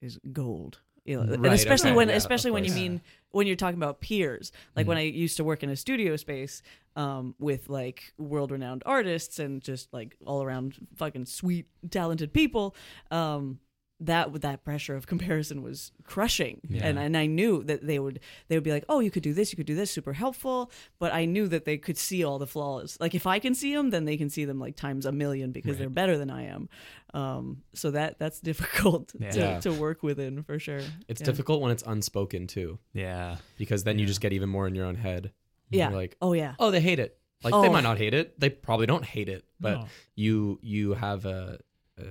Speaker 4: is gold. You know, and
Speaker 1: Right,
Speaker 4: especially
Speaker 1: okay,
Speaker 4: when
Speaker 1: yeah, of
Speaker 4: especially when you
Speaker 1: course. Mm-hmm.
Speaker 4: mean when you're talking about peers. Like when I used to work in a studio space um, with like world renowned artists and just like all around fucking sweet talented people. Um, that that pressure of comparison was crushing and and I knew that they would they would be like oh you could do this you could do this super helpful but I knew that they could see all the flaws like if I can see them then they can see them like times a million because they're better than I am um so that that's (laughs) difficult to,
Speaker 1: Yeah.
Speaker 4: to work within for sure
Speaker 1: It's
Speaker 4: Yeah.
Speaker 1: difficult when it's unspoken too,
Speaker 3: yeah.
Speaker 1: because then you just get even more in your own head.
Speaker 4: yeah
Speaker 1: You're like,
Speaker 4: oh yeah
Speaker 1: oh they hate it like they
Speaker 4: Oh.
Speaker 1: might not hate it they probably don't hate it but
Speaker 5: No.
Speaker 1: you you have a, a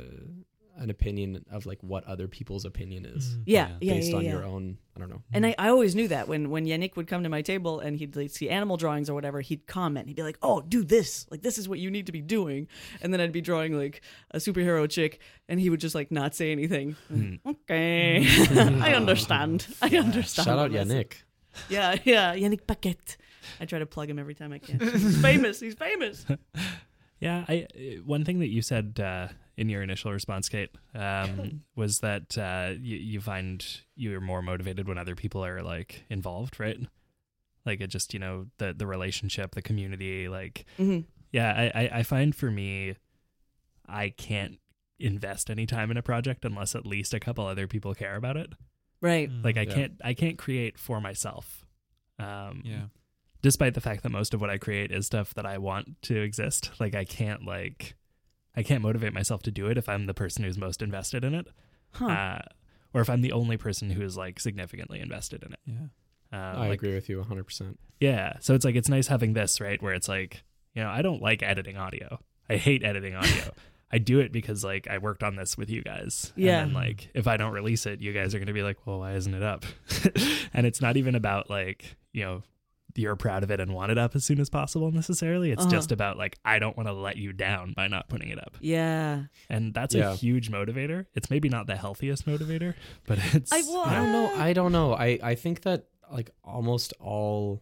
Speaker 1: an opinion of like what other people's opinion is
Speaker 3: Mm-hmm.
Speaker 4: yeah yeah
Speaker 1: based
Speaker 4: yeah,
Speaker 1: on
Speaker 4: yeah.
Speaker 1: your own i don't know
Speaker 4: And I, I always knew that when when Yannick would come to my table and he'd like, see animal drawings or whatever, he'd comment. He'd be like, "Oh, do this! Like this is what you need to be doing." And then I'd be drawing like a superhero chick, and he would just like not say anything.
Speaker 1: Hmm.
Speaker 3: Hmm.
Speaker 4: Okay, (laughs)
Speaker 1: (laughs)
Speaker 4: I understand. I understand.
Speaker 1: shout out
Speaker 4: the message.
Speaker 1: yannick
Speaker 4: Yeah, (laughs) yeah, Yannick Paquette. I try to plug him every time I can. He's famous. He's famous.
Speaker 3: Yeah, I uh, one thing that you said uh, in your initial response, Kate, um, was that uh, you, you find you're more motivated when other people are like involved, right? Like it just you know the the relationship, the community, like
Speaker 4: Mhm.
Speaker 3: yeah, I, I I find for me, I can't invest any time in a project unless at least a couple other people care about it.
Speaker 4: Right.
Speaker 5: Mm. Mm-hmm.
Speaker 3: Like I
Speaker 1: Yeah.
Speaker 3: can't I can't create for myself. Um,
Speaker 5: Yeah.
Speaker 3: despite the fact that most of what I create is stuff that I want to exist. Like I can't like I can't motivate myself to do it if I'm the person who's most invested in it,
Speaker 4: Huh.
Speaker 3: uh, or if I'm the only person who is like significantly invested in it.
Speaker 5: Yeah.
Speaker 3: Uh,
Speaker 1: I
Speaker 3: like,
Speaker 1: agree with you 100%.
Speaker 3: Yeah, so it's like it's nice having this right where it's like you know I don't like editing audio. I hate editing
Speaker 4: (laughs)
Speaker 3: audio. I do it because like I worked on this with you guys.
Speaker 4: Yeah.
Speaker 3: And then, like if I don't release it, you guys are gonna be like, well, why isn't it up? (laughs) and it's not even about like you know you're proud of it and want it up as soon as possible necessarily. It's
Speaker 4: Uh-huh.
Speaker 3: just about like I don't want to let you down by not putting it up.
Speaker 4: yeah.
Speaker 3: And that's
Speaker 1: Yeah.
Speaker 3: a huge motivator. It's maybe not the healthiest motivator, but it's
Speaker 4: I well,
Speaker 1: I don't know.
Speaker 4: uh,
Speaker 1: I don't know. I I think that like almost all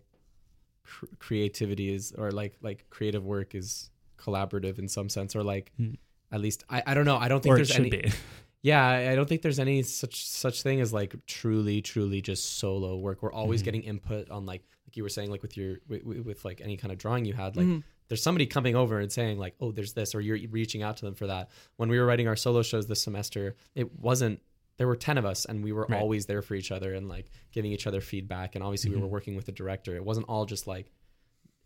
Speaker 1: cr- creativity is or like like creative work is collaborative in some sense or like
Speaker 3: Hmm.
Speaker 1: at least I, I don't know. I don't think
Speaker 3: or it
Speaker 1: there's
Speaker 3: should
Speaker 1: any
Speaker 3: be. (laughs)
Speaker 1: Yeah, I I don't think there's any such such thing as like truly truly just solo work. We're always getting input on like like you were saying like with your with, with like any kind of drawing you had like there's somebody coming over and saying like oh there's this or you're reaching out to them for that. When we were writing our solo shows this semester, it wasn't there were 10 of us and we were
Speaker 3: Right.
Speaker 1: always there for each other and like giving each other feedback and obviously we were working with the director. It wasn't all just like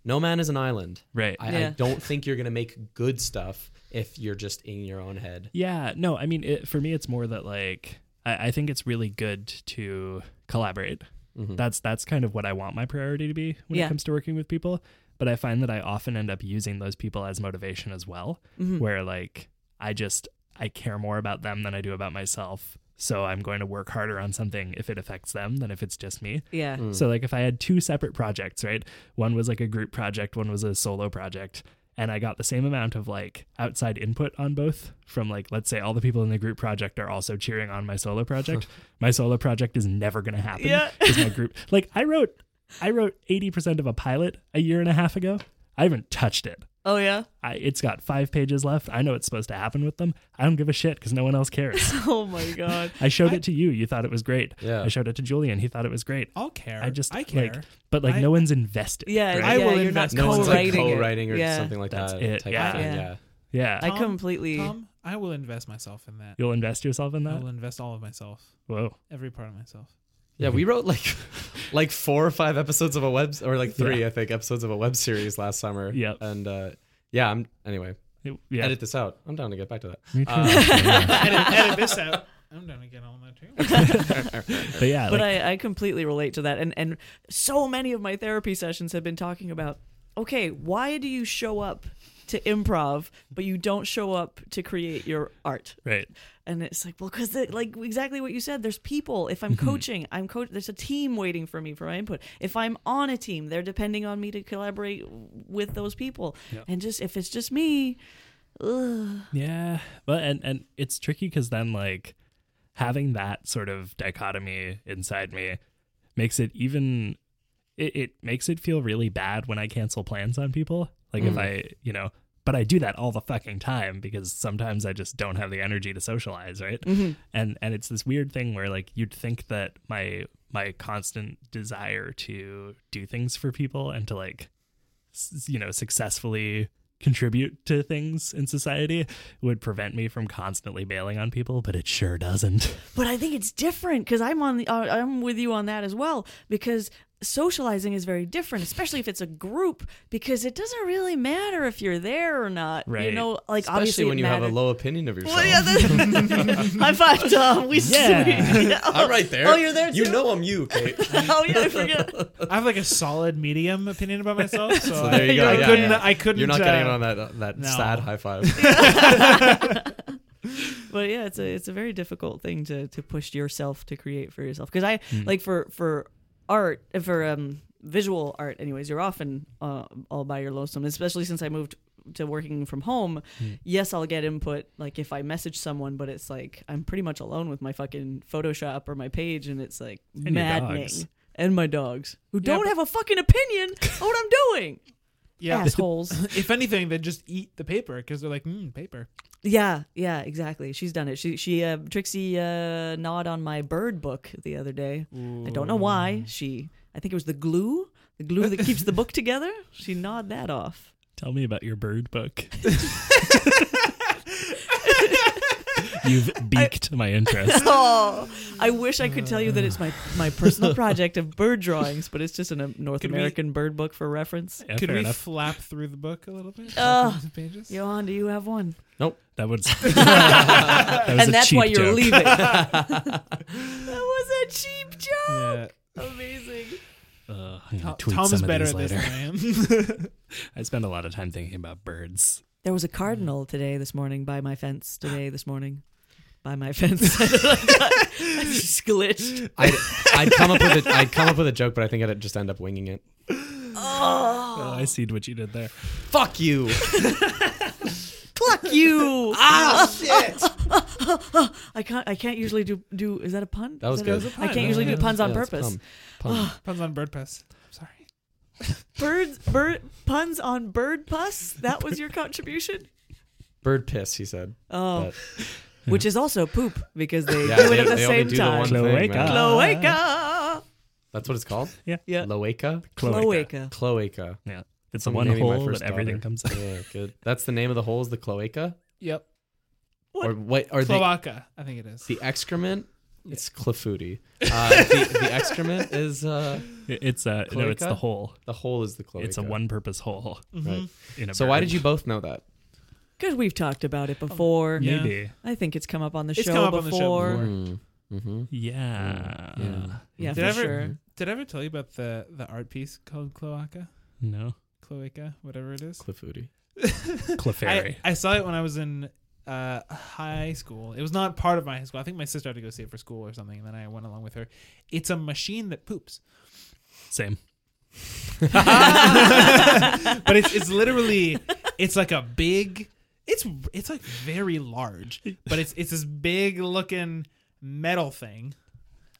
Speaker 1: no man is an island.
Speaker 3: Right.
Speaker 1: I, I
Speaker 4: Yeah.
Speaker 1: don't think you're going to make good stuff if you're just in your own head.
Speaker 3: Yeah, no, I mean, it, for me, it's more that like I, I think it's really good to collaborate. That's that's kind of what I want my priority to be when
Speaker 4: Yeah.
Speaker 3: it comes to working with people. But I find that I often end up using those people as motivation as well,
Speaker 4: Mm-hmm. Mm.
Speaker 3: where like I just I care more about them than I do about myself. So I'm going to work harder on something if it affects them than if it's just me.
Speaker 4: yeah.
Speaker 1: Mm.
Speaker 3: So like if I had two separate projects, right? One was like a group project, one was a solo project, and I got the same amount of like outside input on both from like let's say all the people in the group project are also cheering on my solo project. my solo project is never going to happen
Speaker 4: Yeah.
Speaker 3: because my group like I wrote I wrote 80% of a pilot a year and a half ago. I haven't touched it.
Speaker 4: Oh yeah. (laughs)
Speaker 3: I, it's got five pages left. I know it's supposed to happen with them. I don't give a shit because no one else
Speaker 4: (laughs)
Speaker 3: cares.
Speaker 4: Oh my god.
Speaker 3: I showed it to you. You thought it was great.
Speaker 1: Yeah.
Speaker 3: I showed it to Julian. He thought it was great.
Speaker 5: I'll care.
Speaker 3: I just
Speaker 5: I care.
Speaker 3: like, but like
Speaker 5: I-
Speaker 3: no one's invested.
Speaker 4: Yeah.
Speaker 3: right?
Speaker 5: I
Speaker 4: yeah,
Speaker 5: will
Speaker 4: you're
Speaker 5: invest-
Speaker 4: Not
Speaker 5: No one's,
Speaker 4: co-writing
Speaker 5: like,
Speaker 4: it.
Speaker 1: co-writing or
Speaker 4: yeah.
Speaker 1: something like
Speaker 3: That's
Speaker 1: that
Speaker 3: it,
Speaker 1: type
Speaker 3: yeah.
Speaker 1: of thing.
Speaker 4: Yeah.
Speaker 1: Yeah.
Speaker 3: yeah.
Speaker 4: I
Speaker 5: Tom-
Speaker 4: completely.
Speaker 5: Tom, I will invest myself in that.
Speaker 3: You'll invest yourself in
Speaker 5: I
Speaker 3: that.
Speaker 5: will invest all of myself,
Speaker 3: Whoa,
Speaker 5: every part of myself.
Speaker 1: Yeah, we wrote
Speaker 4: (laughs)
Speaker 1: like like four or five episodes of a web or like three, I think, episodes of a web series last summer.
Speaker 3: Yep.
Speaker 1: And uh yeah, I'm anyway,
Speaker 3: It- yeah.
Speaker 1: edit this out. I'm down to get back to that.
Speaker 5: edit, edit this out. I'm done to get all that
Speaker 1: (laughs)
Speaker 5: too.
Speaker 3: but yeah,
Speaker 4: but
Speaker 3: like,
Speaker 4: I, I completely relate to that and and so many of my therapy sessions have been talking about okay why do you show up to improv but you don't show up to create your art
Speaker 3: right.
Speaker 4: and it's like well because like exactly what you said there's people if
Speaker 1: Mm-hmm.
Speaker 4: i'm coaching i'm coach there's a team waiting for me for my input if i'm on a team they're depending on me to collaborate with those people and just if it's just me ugh.
Speaker 3: Yeah. But and and it's tricky because then like having that sort of dichotomy inside me makes it even it, it makes it feel really bad when I cancel plans on people. Like if I you know but I do that all the fucking time because sometimes I just don't have the energy to socialize, right? And and it's this weird thing where like you'd think that my my constant desire to do things for people and to like s- you know successfully contribute to things in society would prevent me from constantly bailing on people but it sure doesn't (laughs)
Speaker 4: but I think it's different because I'm on the uh, I'm with you on that as well because socializing is very different, especially if it's a group because it doesn't really matter if you're there or not. You
Speaker 3: Right.
Speaker 4: know, like obviously
Speaker 1: Especially when
Speaker 4: it
Speaker 1: you have a
Speaker 4: matters.
Speaker 1: low opinion of yourself.
Speaker 4: Well, yeah, that- (laughs) high five, Tom. We (laughs)
Speaker 3: Yeah.
Speaker 4: we-
Speaker 1: I'm (laughs) right there.
Speaker 4: Oh, you're there
Speaker 1: You
Speaker 4: too?
Speaker 1: know I'm you,
Speaker 4: (laughs)
Speaker 1: Kate.
Speaker 4: oh yeah, I forget.
Speaker 5: I have like a solid medium
Speaker 1: (laughs)
Speaker 5: opinion about myself, so,
Speaker 1: So there you go.
Speaker 5: I,
Speaker 1: yeah,
Speaker 5: couldn't.
Speaker 1: yeah.
Speaker 5: I couldn't.
Speaker 1: You're not
Speaker 5: uh,
Speaker 1: getting on that that
Speaker 5: no.
Speaker 1: sad high
Speaker 4: (laughs)
Speaker 1: five.
Speaker 4: but yeah, it's a it's a very difficult thing to to push yourself to create for yourself because I
Speaker 3: Mm.
Speaker 4: like for for art for um visual art anyways you're often uh, all by your lonesome especially since I moved to working from home
Speaker 3: Mm.
Speaker 4: yes I'll get input like if I message someone but it's like I'm pretty much alone with my fucking Photoshop or my page and it's like
Speaker 3: your
Speaker 4: maddening
Speaker 3: dogs.
Speaker 4: and my dogs who don't have a fucking opinion on what I'm doing
Speaker 5: Yeah.
Speaker 4: Assholes.
Speaker 5: (laughs) if anything, they just eat the paper because they're like, mm, paper.
Speaker 4: yeah, yeah, exactly. She's done it. She she uh, Trixie uh, gnawed on my bird book the other day. I don't know why. She I think it was the glue, the glue that keeps the book together. She gnawed that (laughs) off.
Speaker 3: Tell me about your bird book. You've beaked my interest.
Speaker 4: Oh, I wish I could tell you that it's my my (laughs) personal project of bird drawings, but it's just a North
Speaker 5: Could we-
Speaker 4: American bird book for reference.
Speaker 3: Yeah,
Speaker 5: Could
Speaker 3: fair
Speaker 5: we
Speaker 3: enough.
Speaker 5: flap through the book a little
Speaker 4: Ugh.
Speaker 5: bit? Flap through the pages?
Speaker 4: Johan, do you have (laughs) one?
Speaker 3: that was. that was a
Speaker 4: and that's why
Speaker 3: cheap
Speaker 4: you're
Speaker 3: joke. (laughs)
Speaker 4: leaving. that was a cheap joke.
Speaker 5: Yeah.
Speaker 4: Amazing.
Speaker 3: Uh, I'm gonna
Speaker 5: Tom-
Speaker 3: tweet
Speaker 5: Tom's
Speaker 3: some of
Speaker 5: better
Speaker 3: these
Speaker 5: at this
Speaker 3: later.
Speaker 5: than I am.
Speaker 1: (laughs)
Speaker 3: I spend a lot of time thinking about birds.
Speaker 4: There
Speaker 5: Mm.
Speaker 4: was a cardinal today this morning by my
Speaker 5: (gasps)
Speaker 4: fence today this morning. By my fence. (laughs) I just glitched.
Speaker 1: I'd, I'd come up with a, I'd come up with a joke, but I think I'd just end up winging it.
Speaker 3: Oh, I see what you did there.
Speaker 1: Fuck (laughs) you.
Speaker 4: (laughs) Fuck
Speaker 5: (laughs)
Speaker 4: you.
Speaker 1: ah shit.
Speaker 4: (laughs) I can't I can't usually do do is that a pun?
Speaker 1: That was
Speaker 4: Is
Speaker 1: good.
Speaker 4: a- I can't usually do puns on purpose. (sighs)
Speaker 5: Puns on bird pest. Sorry.
Speaker 4: Birds bird puns on bird pus? That was your contribution?
Speaker 1: (laughs) Bird piss, he said.
Speaker 4: Oh.
Speaker 1: (laughs) But-
Speaker 4: Which is also poop because they
Speaker 1: Yeah,
Speaker 4: do
Speaker 1: they-
Speaker 4: it at the
Speaker 1: they only
Speaker 4: same
Speaker 1: do the
Speaker 4: time.
Speaker 1: one thing,
Speaker 3: Cloaca.
Speaker 1: man.
Speaker 5: Ah.
Speaker 4: Cloaca.
Speaker 1: That's what it's called.
Speaker 4: Yeah.
Speaker 1: Loaca.
Speaker 3: Cloaca.
Speaker 4: Cloaca.
Speaker 1: Cloaca.
Speaker 3: Yeah, it's the
Speaker 1: I'm
Speaker 3: one
Speaker 1: naming my
Speaker 3: hole
Speaker 1: first
Speaker 3: that everything
Speaker 1: daughter.
Speaker 3: comes out.
Speaker 1: Yeah, good. That's the name of the hole is the cloaca,
Speaker 5: Yep.
Speaker 1: or what? Or the
Speaker 5: Cloaca, I think it is.
Speaker 1: the excrement? It's
Speaker 4: (laughs)
Speaker 1: clafouti. Uh, the, the excrement is uh,
Speaker 3: It- It's a no, it's
Speaker 1: Cloaca?
Speaker 3: the hole.
Speaker 1: the hole is the cloaca.
Speaker 3: It's a one-purpose hole.
Speaker 5: Mm-hmm.
Speaker 1: Right.
Speaker 3: In a
Speaker 1: So why
Speaker 3: bird.
Speaker 1: did you both know that?
Speaker 4: Because we've talked about it before.
Speaker 5: Yeah.
Speaker 3: Maybe.
Speaker 4: I think it's come up on the
Speaker 5: Oh. It's
Speaker 4: show
Speaker 5: come up on the show
Speaker 4: before.
Speaker 5: before.
Speaker 1: Mm-hmm. Mm.
Speaker 3: Yeah.
Speaker 1: Yeah.
Speaker 4: Uh,
Speaker 1: Mm-hmm.
Speaker 4: Yeah,
Speaker 5: Did
Speaker 4: for
Speaker 5: I ever-
Speaker 4: sure.
Speaker 5: Did I ever tell you about the the art piece called Cloaca?
Speaker 3: No.
Speaker 5: Cloaca, whatever
Speaker 1: (laughs)
Speaker 5: it is.
Speaker 1: Clafouti.
Speaker 3: Clefairy.
Speaker 5: I, I saw it when I was in uh, high school. It was not part of my high school. I think my sister had to go see it for school or something, and then I went along with her. It's a machine that poops,
Speaker 3: Same.
Speaker 5: but it's it's literally it's like a big. It's it's like very large, but it's it's this big looking metal thing,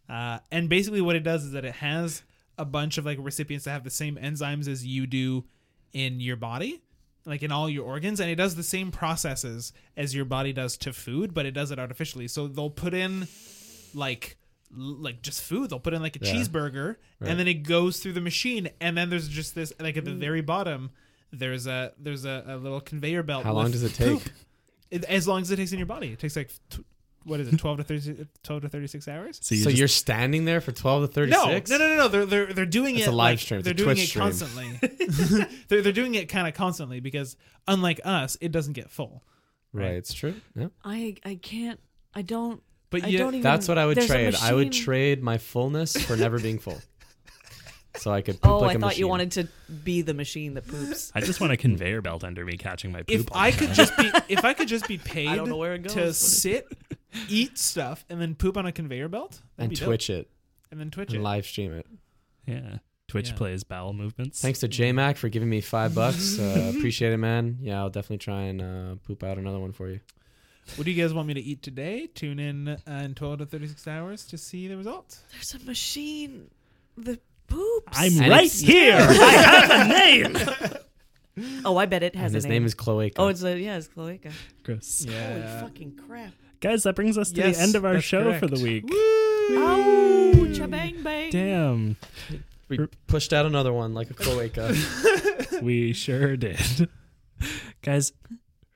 Speaker 5: uh, and basically what it does is that it has a bunch of like recipients that have the same enzymes as you do in your body like in all your organs and it does the same processes as your body does to food but it does it artificially so they'll put in like l- like just food they'll put in like a
Speaker 1: Yeah.
Speaker 5: cheeseburger and then it goes through the machine and then there's just this like at the very bottom there's a there's a, a little conveyor
Speaker 4: Oh,
Speaker 5: belt
Speaker 1: How long
Speaker 5: with
Speaker 1: does it
Speaker 4: (laughs)
Speaker 5: poop.
Speaker 1: take?
Speaker 5: It- as long as it takes in your body it takes like tw- what is it 12 to 30 12 to 36 hours
Speaker 3: So you
Speaker 1: so
Speaker 3: just
Speaker 1: you're standing there for 12 to 36?
Speaker 5: no, no, no, no, no. They're they're they're doing
Speaker 1: It's
Speaker 5: it
Speaker 1: a live
Speaker 5: like-
Speaker 1: stream. It's
Speaker 5: They're
Speaker 1: a
Speaker 5: doing
Speaker 1: Twitch
Speaker 5: it
Speaker 1: stream.
Speaker 5: constantly. (laughs) they're they're doing it kind of constantly because unlike us, it doesn't get full.
Speaker 1: Right, it's true. Yeah.
Speaker 4: I I can't. I don't.
Speaker 5: But
Speaker 4: I
Speaker 5: you,
Speaker 4: don't even.
Speaker 1: That's what I would
Speaker 4: there's a
Speaker 1: trade. I would
Speaker 4: machine-
Speaker 1: trade my fullness for never being
Speaker 4: (laughs)
Speaker 1: full. So I could poop
Speaker 4: Oh,
Speaker 1: like
Speaker 4: I
Speaker 1: a
Speaker 4: thought
Speaker 1: machine.
Speaker 4: you wanted to be the machine that poops.
Speaker 3: I just want a conveyor belt under me catching my poop.
Speaker 5: if
Speaker 3: all
Speaker 5: I
Speaker 3: the
Speaker 5: could
Speaker 3: time.
Speaker 4: (laughs)
Speaker 5: just be if I could just be paid
Speaker 4: I don't know where it goes, but
Speaker 5: to
Speaker 4: it-
Speaker 5: sit, eat stuff, and then poop on a conveyor belt that'd
Speaker 1: and
Speaker 5: be dope.
Speaker 1: Twitch it
Speaker 5: and then Twitch
Speaker 1: and
Speaker 5: it.
Speaker 1: live stream it.
Speaker 3: yeah, Twitch
Speaker 5: Yeah.
Speaker 3: plays bowel movements.
Speaker 1: Thanks to JMac for giving me five bucks. Uh, appreciate it, man. Yeah, I'll definitely try and uh, poop out another one for you.
Speaker 5: What do you guys want me to eat today? Tune in uh, in twelve to thirty six hours to see the results.
Speaker 4: There's a machine that poops.
Speaker 3: I'm
Speaker 1: And
Speaker 3: right
Speaker 1: it's-
Speaker 5: (laughs)
Speaker 3: here. I have a name.
Speaker 4: Oh, I bet it has
Speaker 1: and
Speaker 4: a
Speaker 1: his name is Cloaca.
Speaker 4: Oh, it's a yeah, it's cloaca.
Speaker 3: Gross.
Speaker 4: Holy fucking crap!
Speaker 3: Guys, that brings us to
Speaker 5: Yes,
Speaker 3: the end of our
Speaker 5: that's
Speaker 3: show for the
Speaker 5: correct.
Speaker 3: week.
Speaker 4: Oh, bang bang.
Speaker 3: Damn,
Speaker 1: we pushed out another one like a (laughs) Cloaca.
Speaker 5: (laughs)
Speaker 3: we sure did. (laughs) Guys,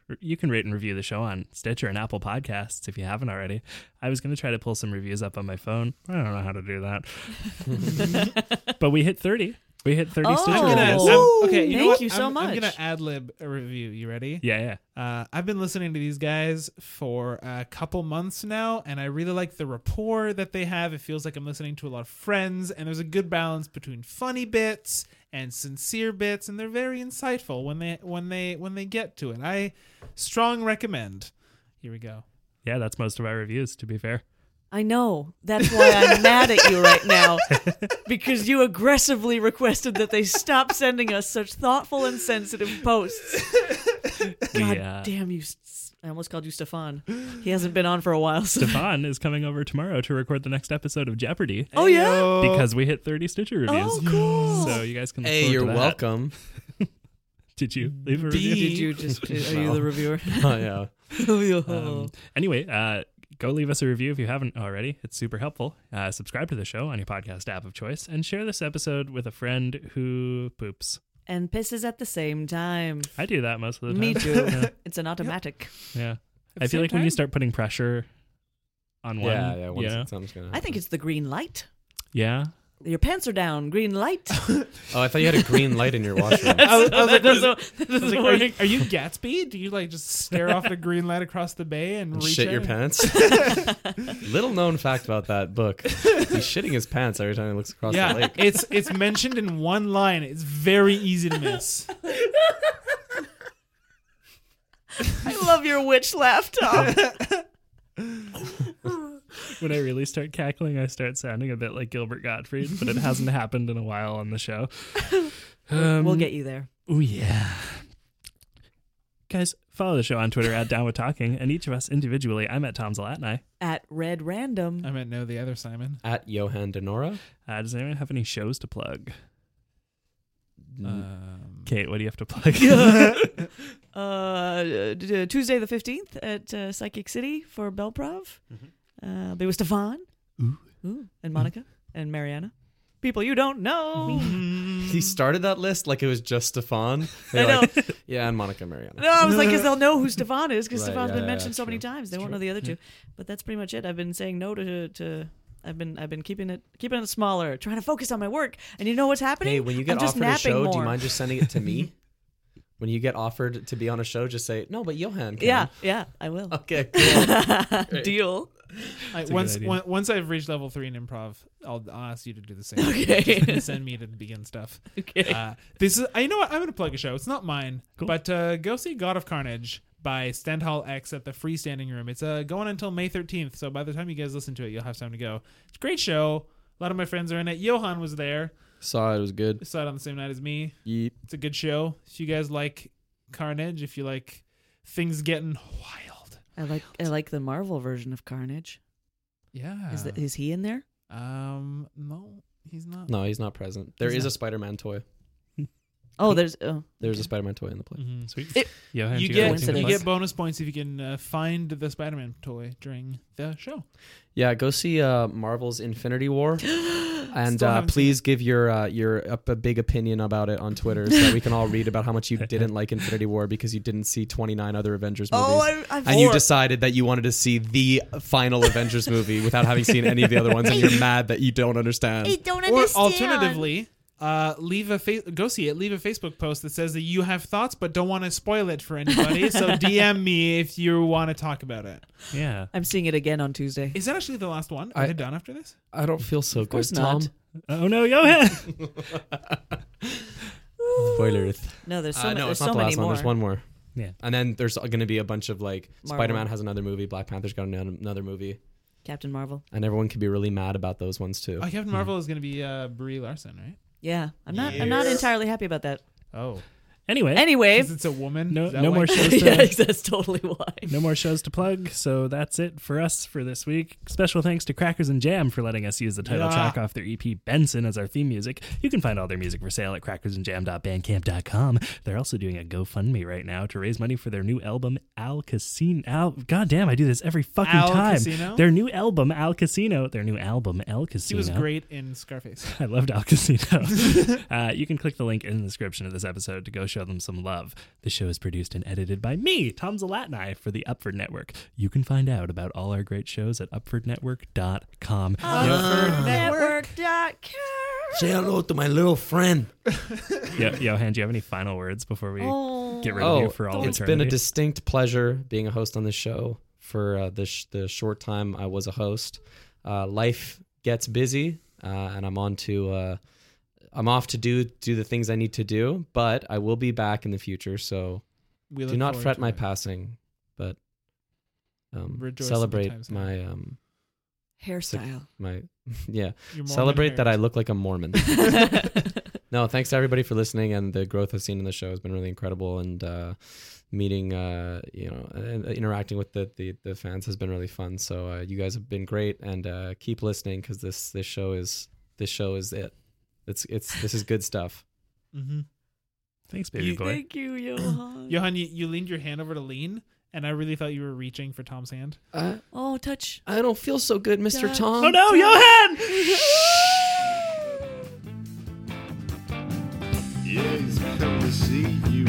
Speaker 3: r- you can rate and review the show on Stitcher and Apple Podcasts if you haven't already. I was going to try to pull some reviews up on my phone. I don't know how to do
Speaker 5: (laughs)
Speaker 3: that. but we hit 30. We hit 30
Speaker 4: Oh.
Speaker 3: Stitcher
Speaker 5: I'm gonna,
Speaker 3: reviews.
Speaker 5: I'm- okay, you know
Speaker 4: Thank
Speaker 5: what?
Speaker 4: you so
Speaker 5: I'm- I'm
Speaker 4: much.
Speaker 5: gonna ad lib a review. You ready?
Speaker 3: Yeah, yeah.
Speaker 5: Uh, I've been listening to these guys for a couple months now, and I really like the rapport that they have. It feels like I'm listening to a lot of friends, and there's a good balance between funny bits and sincere bits, and they're very insightful when they when they when they get to it. I strong recommend. Here we (laughs) go.
Speaker 3: Yeah, that's most of our reviews, to be fair.
Speaker 4: (laughs) I know. That's why
Speaker 1: (laughs)
Speaker 4: I'm mad at you right now because you aggressively requested that they stop sending us such thoughtful and sensitive posts.
Speaker 3: we, uh,
Speaker 4: Damn you! S- I almost called you Stefan. He hasn't been on for a while. So.
Speaker 3: Stefan is coming over tomorrow to record the next episode of Jeopardy
Speaker 4: Oh yeah.
Speaker 3: because we hit 30 Stitcher (laughs) reviews.
Speaker 4: Oh cool.
Speaker 3: So you guys can. Look
Speaker 1: hey,
Speaker 3: forward to
Speaker 1: you're
Speaker 3: that.
Speaker 1: welcome.
Speaker 3: Did you leave a review?
Speaker 4: Did you just?
Speaker 3: (laughs)
Speaker 4: Are you
Speaker 1: No.
Speaker 4: the reviewer? (laughs)
Speaker 1: Oh, (laughs) yeah.
Speaker 3: Um, anyway, uh, go leave us a review if you haven't already. It's super helpful. Uh, subscribe to the show on your podcast app of choice and share this episode with a friend who poops.
Speaker 4: and pisses at the same time.
Speaker 3: I do that most of the time.
Speaker 4: Me
Speaker 3: (laughs)
Speaker 4: too.
Speaker 3: Yeah.
Speaker 4: It's an automatic.
Speaker 3: yeah.
Speaker 5: the
Speaker 3: I feel
Speaker 5: same
Speaker 3: like when
Speaker 5: time?
Speaker 3: you start putting pressure on one,
Speaker 1: Yeah, yeah. Once
Speaker 3: you know?
Speaker 1: it's- I'm just gonna.
Speaker 4: I think
Speaker 3: Uh-huh.
Speaker 4: it's the green light.
Speaker 3: yeah.
Speaker 4: Your pants are down.
Speaker 3: (laughs)
Speaker 4: Green light.
Speaker 1: Oh, I thought you had a green light in your
Speaker 4: (laughs)
Speaker 1: washroom.
Speaker 5: I was, I Oh, was like,
Speaker 4: Doesn't- doesn't
Speaker 5: like, are,
Speaker 4: work.
Speaker 5: you, are you Gatsby? Do you like just stare off (laughs) the green light across the bay and reach
Speaker 1: shit your
Speaker 5: out?
Speaker 1: pants.
Speaker 4: (laughs)
Speaker 1: Little known fact about that book: he's shitting his pants every time he looks across the
Speaker 5: Yeah,
Speaker 1: lake.
Speaker 5: (laughs) it's it's mentioned in one line. It's very easy to miss.
Speaker 4: I love your witch
Speaker 3: (laughs)
Speaker 4: laugh, Tom.
Speaker 3: When I really start cackling, I start sounding a bit like Gilbert Gottfried, but it hasn't (laughs) happened in a while on the show.
Speaker 4: (laughs) we'll get you there.
Speaker 3: Oh yeah. Guys, follow the show on Twitter at Down with Talking, and each of us individually. I'm at Tom Zalatni.
Speaker 4: At red random.
Speaker 5: (laughs) I meant no, the other Simon.
Speaker 1: At Johan Denora,
Speaker 3: Uh, does anyone have any shows to plug?
Speaker 1: Mm.
Speaker 5: Um,
Speaker 3: Kate, what do you have to
Speaker 4: (laughs)
Speaker 3: plug?
Speaker 4: Uh, d- d- Tuesday the fifteenth at uh, Psychic City for Belprov.
Speaker 1: Mm-hmm.
Speaker 4: Uh, I'll be with Stefan. Ooh. And Monica and Mariana. People you don't know.
Speaker 5: Mm,
Speaker 1: he started that list like it was just Stefan. They're
Speaker 4: Mm. I know.
Speaker 1: like, yeah, and Monica Mariana.
Speaker 4: No, I was like, because they'll
Speaker 1: (laughs)
Speaker 4: know who Stefan is, because
Speaker 1: Right,
Speaker 4: Stefan's
Speaker 1: yeah,
Speaker 4: been
Speaker 1: yeah,
Speaker 4: mentioned
Speaker 1: true.
Speaker 4: so
Speaker 1: Hmm.
Speaker 4: many times. They won't know the other two. But that's pretty much it. I've been saying no to to. I've been I've been keeping it keeping it smaller, trying to focus on my work. And you know what's happening?
Speaker 1: Hey, when you
Speaker 4: I'm
Speaker 1: get
Speaker 4: just
Speaker 1: offered a
Speaker 4: napping
Speaker 1: show, do
Speaker 4: more.
Speaker 1: you mind just sending it to
Speaker 4: (laughs)
Speaker 1: me? when you get offered to be on a show, just say no, but Johan. Can.
Speaker 4: Yeah, yeah, I will.
Speaker 1: (laughs) Okay. Cool.
Speaker 4: (laughs) Deal.
Speaker 5: I, once
Speaker 3: idea.
Speaker 5: on- once I've reached level three in improv, I'll, I'll ask you to do the
Speaker 1: (laughs)
Speaker 5: same.
Speaker 4: Okay.
Speaker 5: Just send me to begin stuff. Okay. Uh, this is. I you know what. I'm gonna plug a show. It's not mine, but uh, go see God of Carnage by Stendhal X at the Freestanding Room. It's uh, going until May 13th. So by the time you guys listen to it, you'll have time to go. It's a great show. A lot of my friends are in it. Johan was there.
Speaker 1: Saw it was good.
Speaker 5: Saw it on the same night as me.
Speaker 1: Yeep.
Speaker 5: It's a good show. If you guys like Carnage, if you like things getting wild,
Speaker 4: I like I like the Marvel version of Carnage.
Speaker 5: yeah.
Speaker 4: Is
Speaker 1: Ah.
Speaker 4: that, is he in there?
Speaker 5: um, no, he's not.
Speaker 1: No, he's not present. There is
Speaker 5: He's not.
Speaker 1: a Spider-Man toy.
Speaker 4: Oh, there's oh,
Speaker 1: There's a Spider-Man toy in the play.
Speaker 5: Mhm.
Speaker 3: Sweet.
Speaker 4: It-
Speaker 3: (laughs) Johan,
Speaker 5: You
Speaker 3: do you got
Speaker 5: get
Speaker 3: anything to
Speaker 5: you
Speaker 4: coincidence.
Speaker 3: plug?
Speaker 5: get bonus points if you can uh, find the Spider-Man toy during the show.
Speaker 1: Yeah, go see uh, Marvel's Infinity
Speaker 4: (gasps)
Speaker 1: War, and uh,
Speaker 5: Still haven't seen
Speaker 1: please give your uh, your up a big opinion about it on Twitter so that we can all read about how much
Speaker 4: (laughs)
Speaker 1: you didn't like Infinity War because you didn't see 29 other Avengers movies.
Speaker 4: Oh, I, I've
Speaker 1: and you decided that you wanted to see the final
Speaker 4: (laughs)
Speaker 1: Avengers movie without having seen any of the other ones, and you're mad that you don't understand.
Speaker 4: don't
Speaker 5: Or alternatively, uh, leave a fa- go see it. Leave a Facebook post that says that you have thoughts but don't want to spoil it for
Speaker 1: (laughs)
Speaker 5: anybody. so DM me if you want to talk about it.
Speaker 3: Yeah.
Speaker 4: I'm seeing it again on Tuesday.
Speaker 5: Is that actually the last one? Are
Speaker 1: I-
Speaker 5: they done after this?
Speaker 1: I don't feel so good,
Speaker 4: course not.
Speaker 1: Tom.
Speaker 3: Oh no, Johan.
Speaker 1: Spoilers.
Speaker 4: (laughs) No, there's so
Speaker 1: Uh,
Speaker 4: many.
Speaker 1: no,
Speaker 4: there's
Speaker 1: it's
Speaker 4: so
Speaker 1: not the
Speaker 4: many
Speaker 1: last
Speaker 4: more.
Speaker 1: one. There's one more.
Speaker 3: Yeah.
Speaker 1: And then there's going to be a bunch of like
Speaker 4: Marvel.
Speaker 1: Spider Man has another movie, Black Panther's got an- another movie,
Speaker 4: Captain Marvel.
Speaker 1: and everyone can be really mad about those ones too.
Speaker 5: Oh, Captain Marvel is going to be uh, Brie Larson, right?
Speaker 4: Yeah, I'm not. I'm not entirely happy about that.
Speaker 5: Oh,
Speaker 3: anyway,
Speaker 4: Anyway, (laughs)
Speaker 5: because it's a woman.
Speaker 3: no
Speaker 5: Is that
Speaker 3: no
Speaker 5: why? (laughs)
Speaker 3: more shows to
Speaker 4: yeah, that's totally why.
Speaker 3: no more shows to plug. So that's it for us for this week. Special thanks to Crackers and Jam for letting us use the title
Speaker 5: Yeah.
Speaker 3: track off their EP Benson as our theme music. You can find all their music for sale at crackersandjam.bandcamp.com. They're also doing a GoFundMe right now to raise money for their new album Al Casino. Al, God damn, I do this every fucking
Speaker 5: Al
Speaker 3: time.
Speaker 5: Casino?
Speaker 3: Their new album Al Casino. Their new album El
Speaker 5: She
Speaker 3: Casino.
Speaker 5: was great in Scarface. (laughs)
Speaker 3: I loved Al
Speaker 1: (laughs)
Speaker 3: Casino. uh, you can click the link in the description of this episode to go show them some love. The show is produced and edited by me, Tom Zalatni, for the Upford Network. You can find out about all our great shows at upfordnetwork.com.
Speaker 4: Uh,
Speaker 1: Oh.
Speaker 4: Network.com.
Speaker 1: Say hello to my little friend.
Speaker 3: Yo- Johan, do you have any final words before we
Speaker 4: Oh.
Speaker 3: get rid of
Speaker 1: Oh,
Speaker 3: you for all
Speaker 1: it's
Speaker 3: eternity?
Speaker 1: been a distinct pleasure being a host on this show for uh, the, sh- the short time I was a host. Uh, life gets busy, uh, and I'm on to uh, I'm off to do do the things I need to do, but I will be back in the future. So
Speaker 5: We
Speaker 1: do
Speaker 5: look
Speaker 1: not
Speaker 5: forward
Speaker 1: fret
Speaker 5: to
Speaker 1: my
Speaker 5: it.
Speaker 1: passing, but um,
Speaker 5: Rejoice in the
Speaker 1: celebrate
Speaker 5: times ahead.
Speaker 1: my um,
Speaker 4: Hairstyle.
Speaker 1: my (laughs) yeah
Speaker 5: Your Mormon
Speaker 1: celebrate that I
Speaker 5: heritage.
Speaker 1: look like a
Speaker 5: (laughs)
Speaker 1: Mormon. no, thanks to everybody for listening and the growth I've seen in the show has been really incredible and uh, meeting uh, you know and interacting with the, the the fans has been really fun. So uh, you guys have been great and uh, keep listening because this this show is this show is it. It's it's this is good stuff.
Speaker 5: Mhm.
Speaker 3: Thanks, baby
Speaker 5: You-
Speaker 3: boy.
Speaker 4: Thank you, Johan.
Speaker 5: Johan, you, you leaned your hand over to lean, and I really thought you were reaching for Tom's hand.
Speaker 7: I,
Speaker 4: Oh, touch.
Speaker 7: I don't feel so good, Mr.
Speaker 4: Dad.
Speaker 7: Tom.
Speaker 3: Oh no, Johan!
Speaker 4: (laughs)
Speaker 2: Yes, come to see you.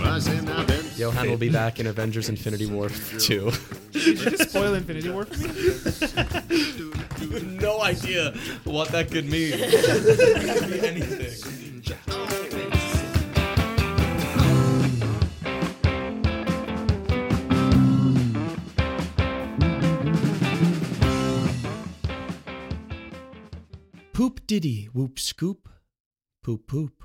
Speaker 2: Was in a dance.
Speaker 1: Johan will be back in Avengers Infinity War 2.
Speaker 5: Did you just spoil Infinity War for me?
Speaker 1: no idea what that could mean.
Speaker 7: Poop diddy whoop scoop. Poop poop.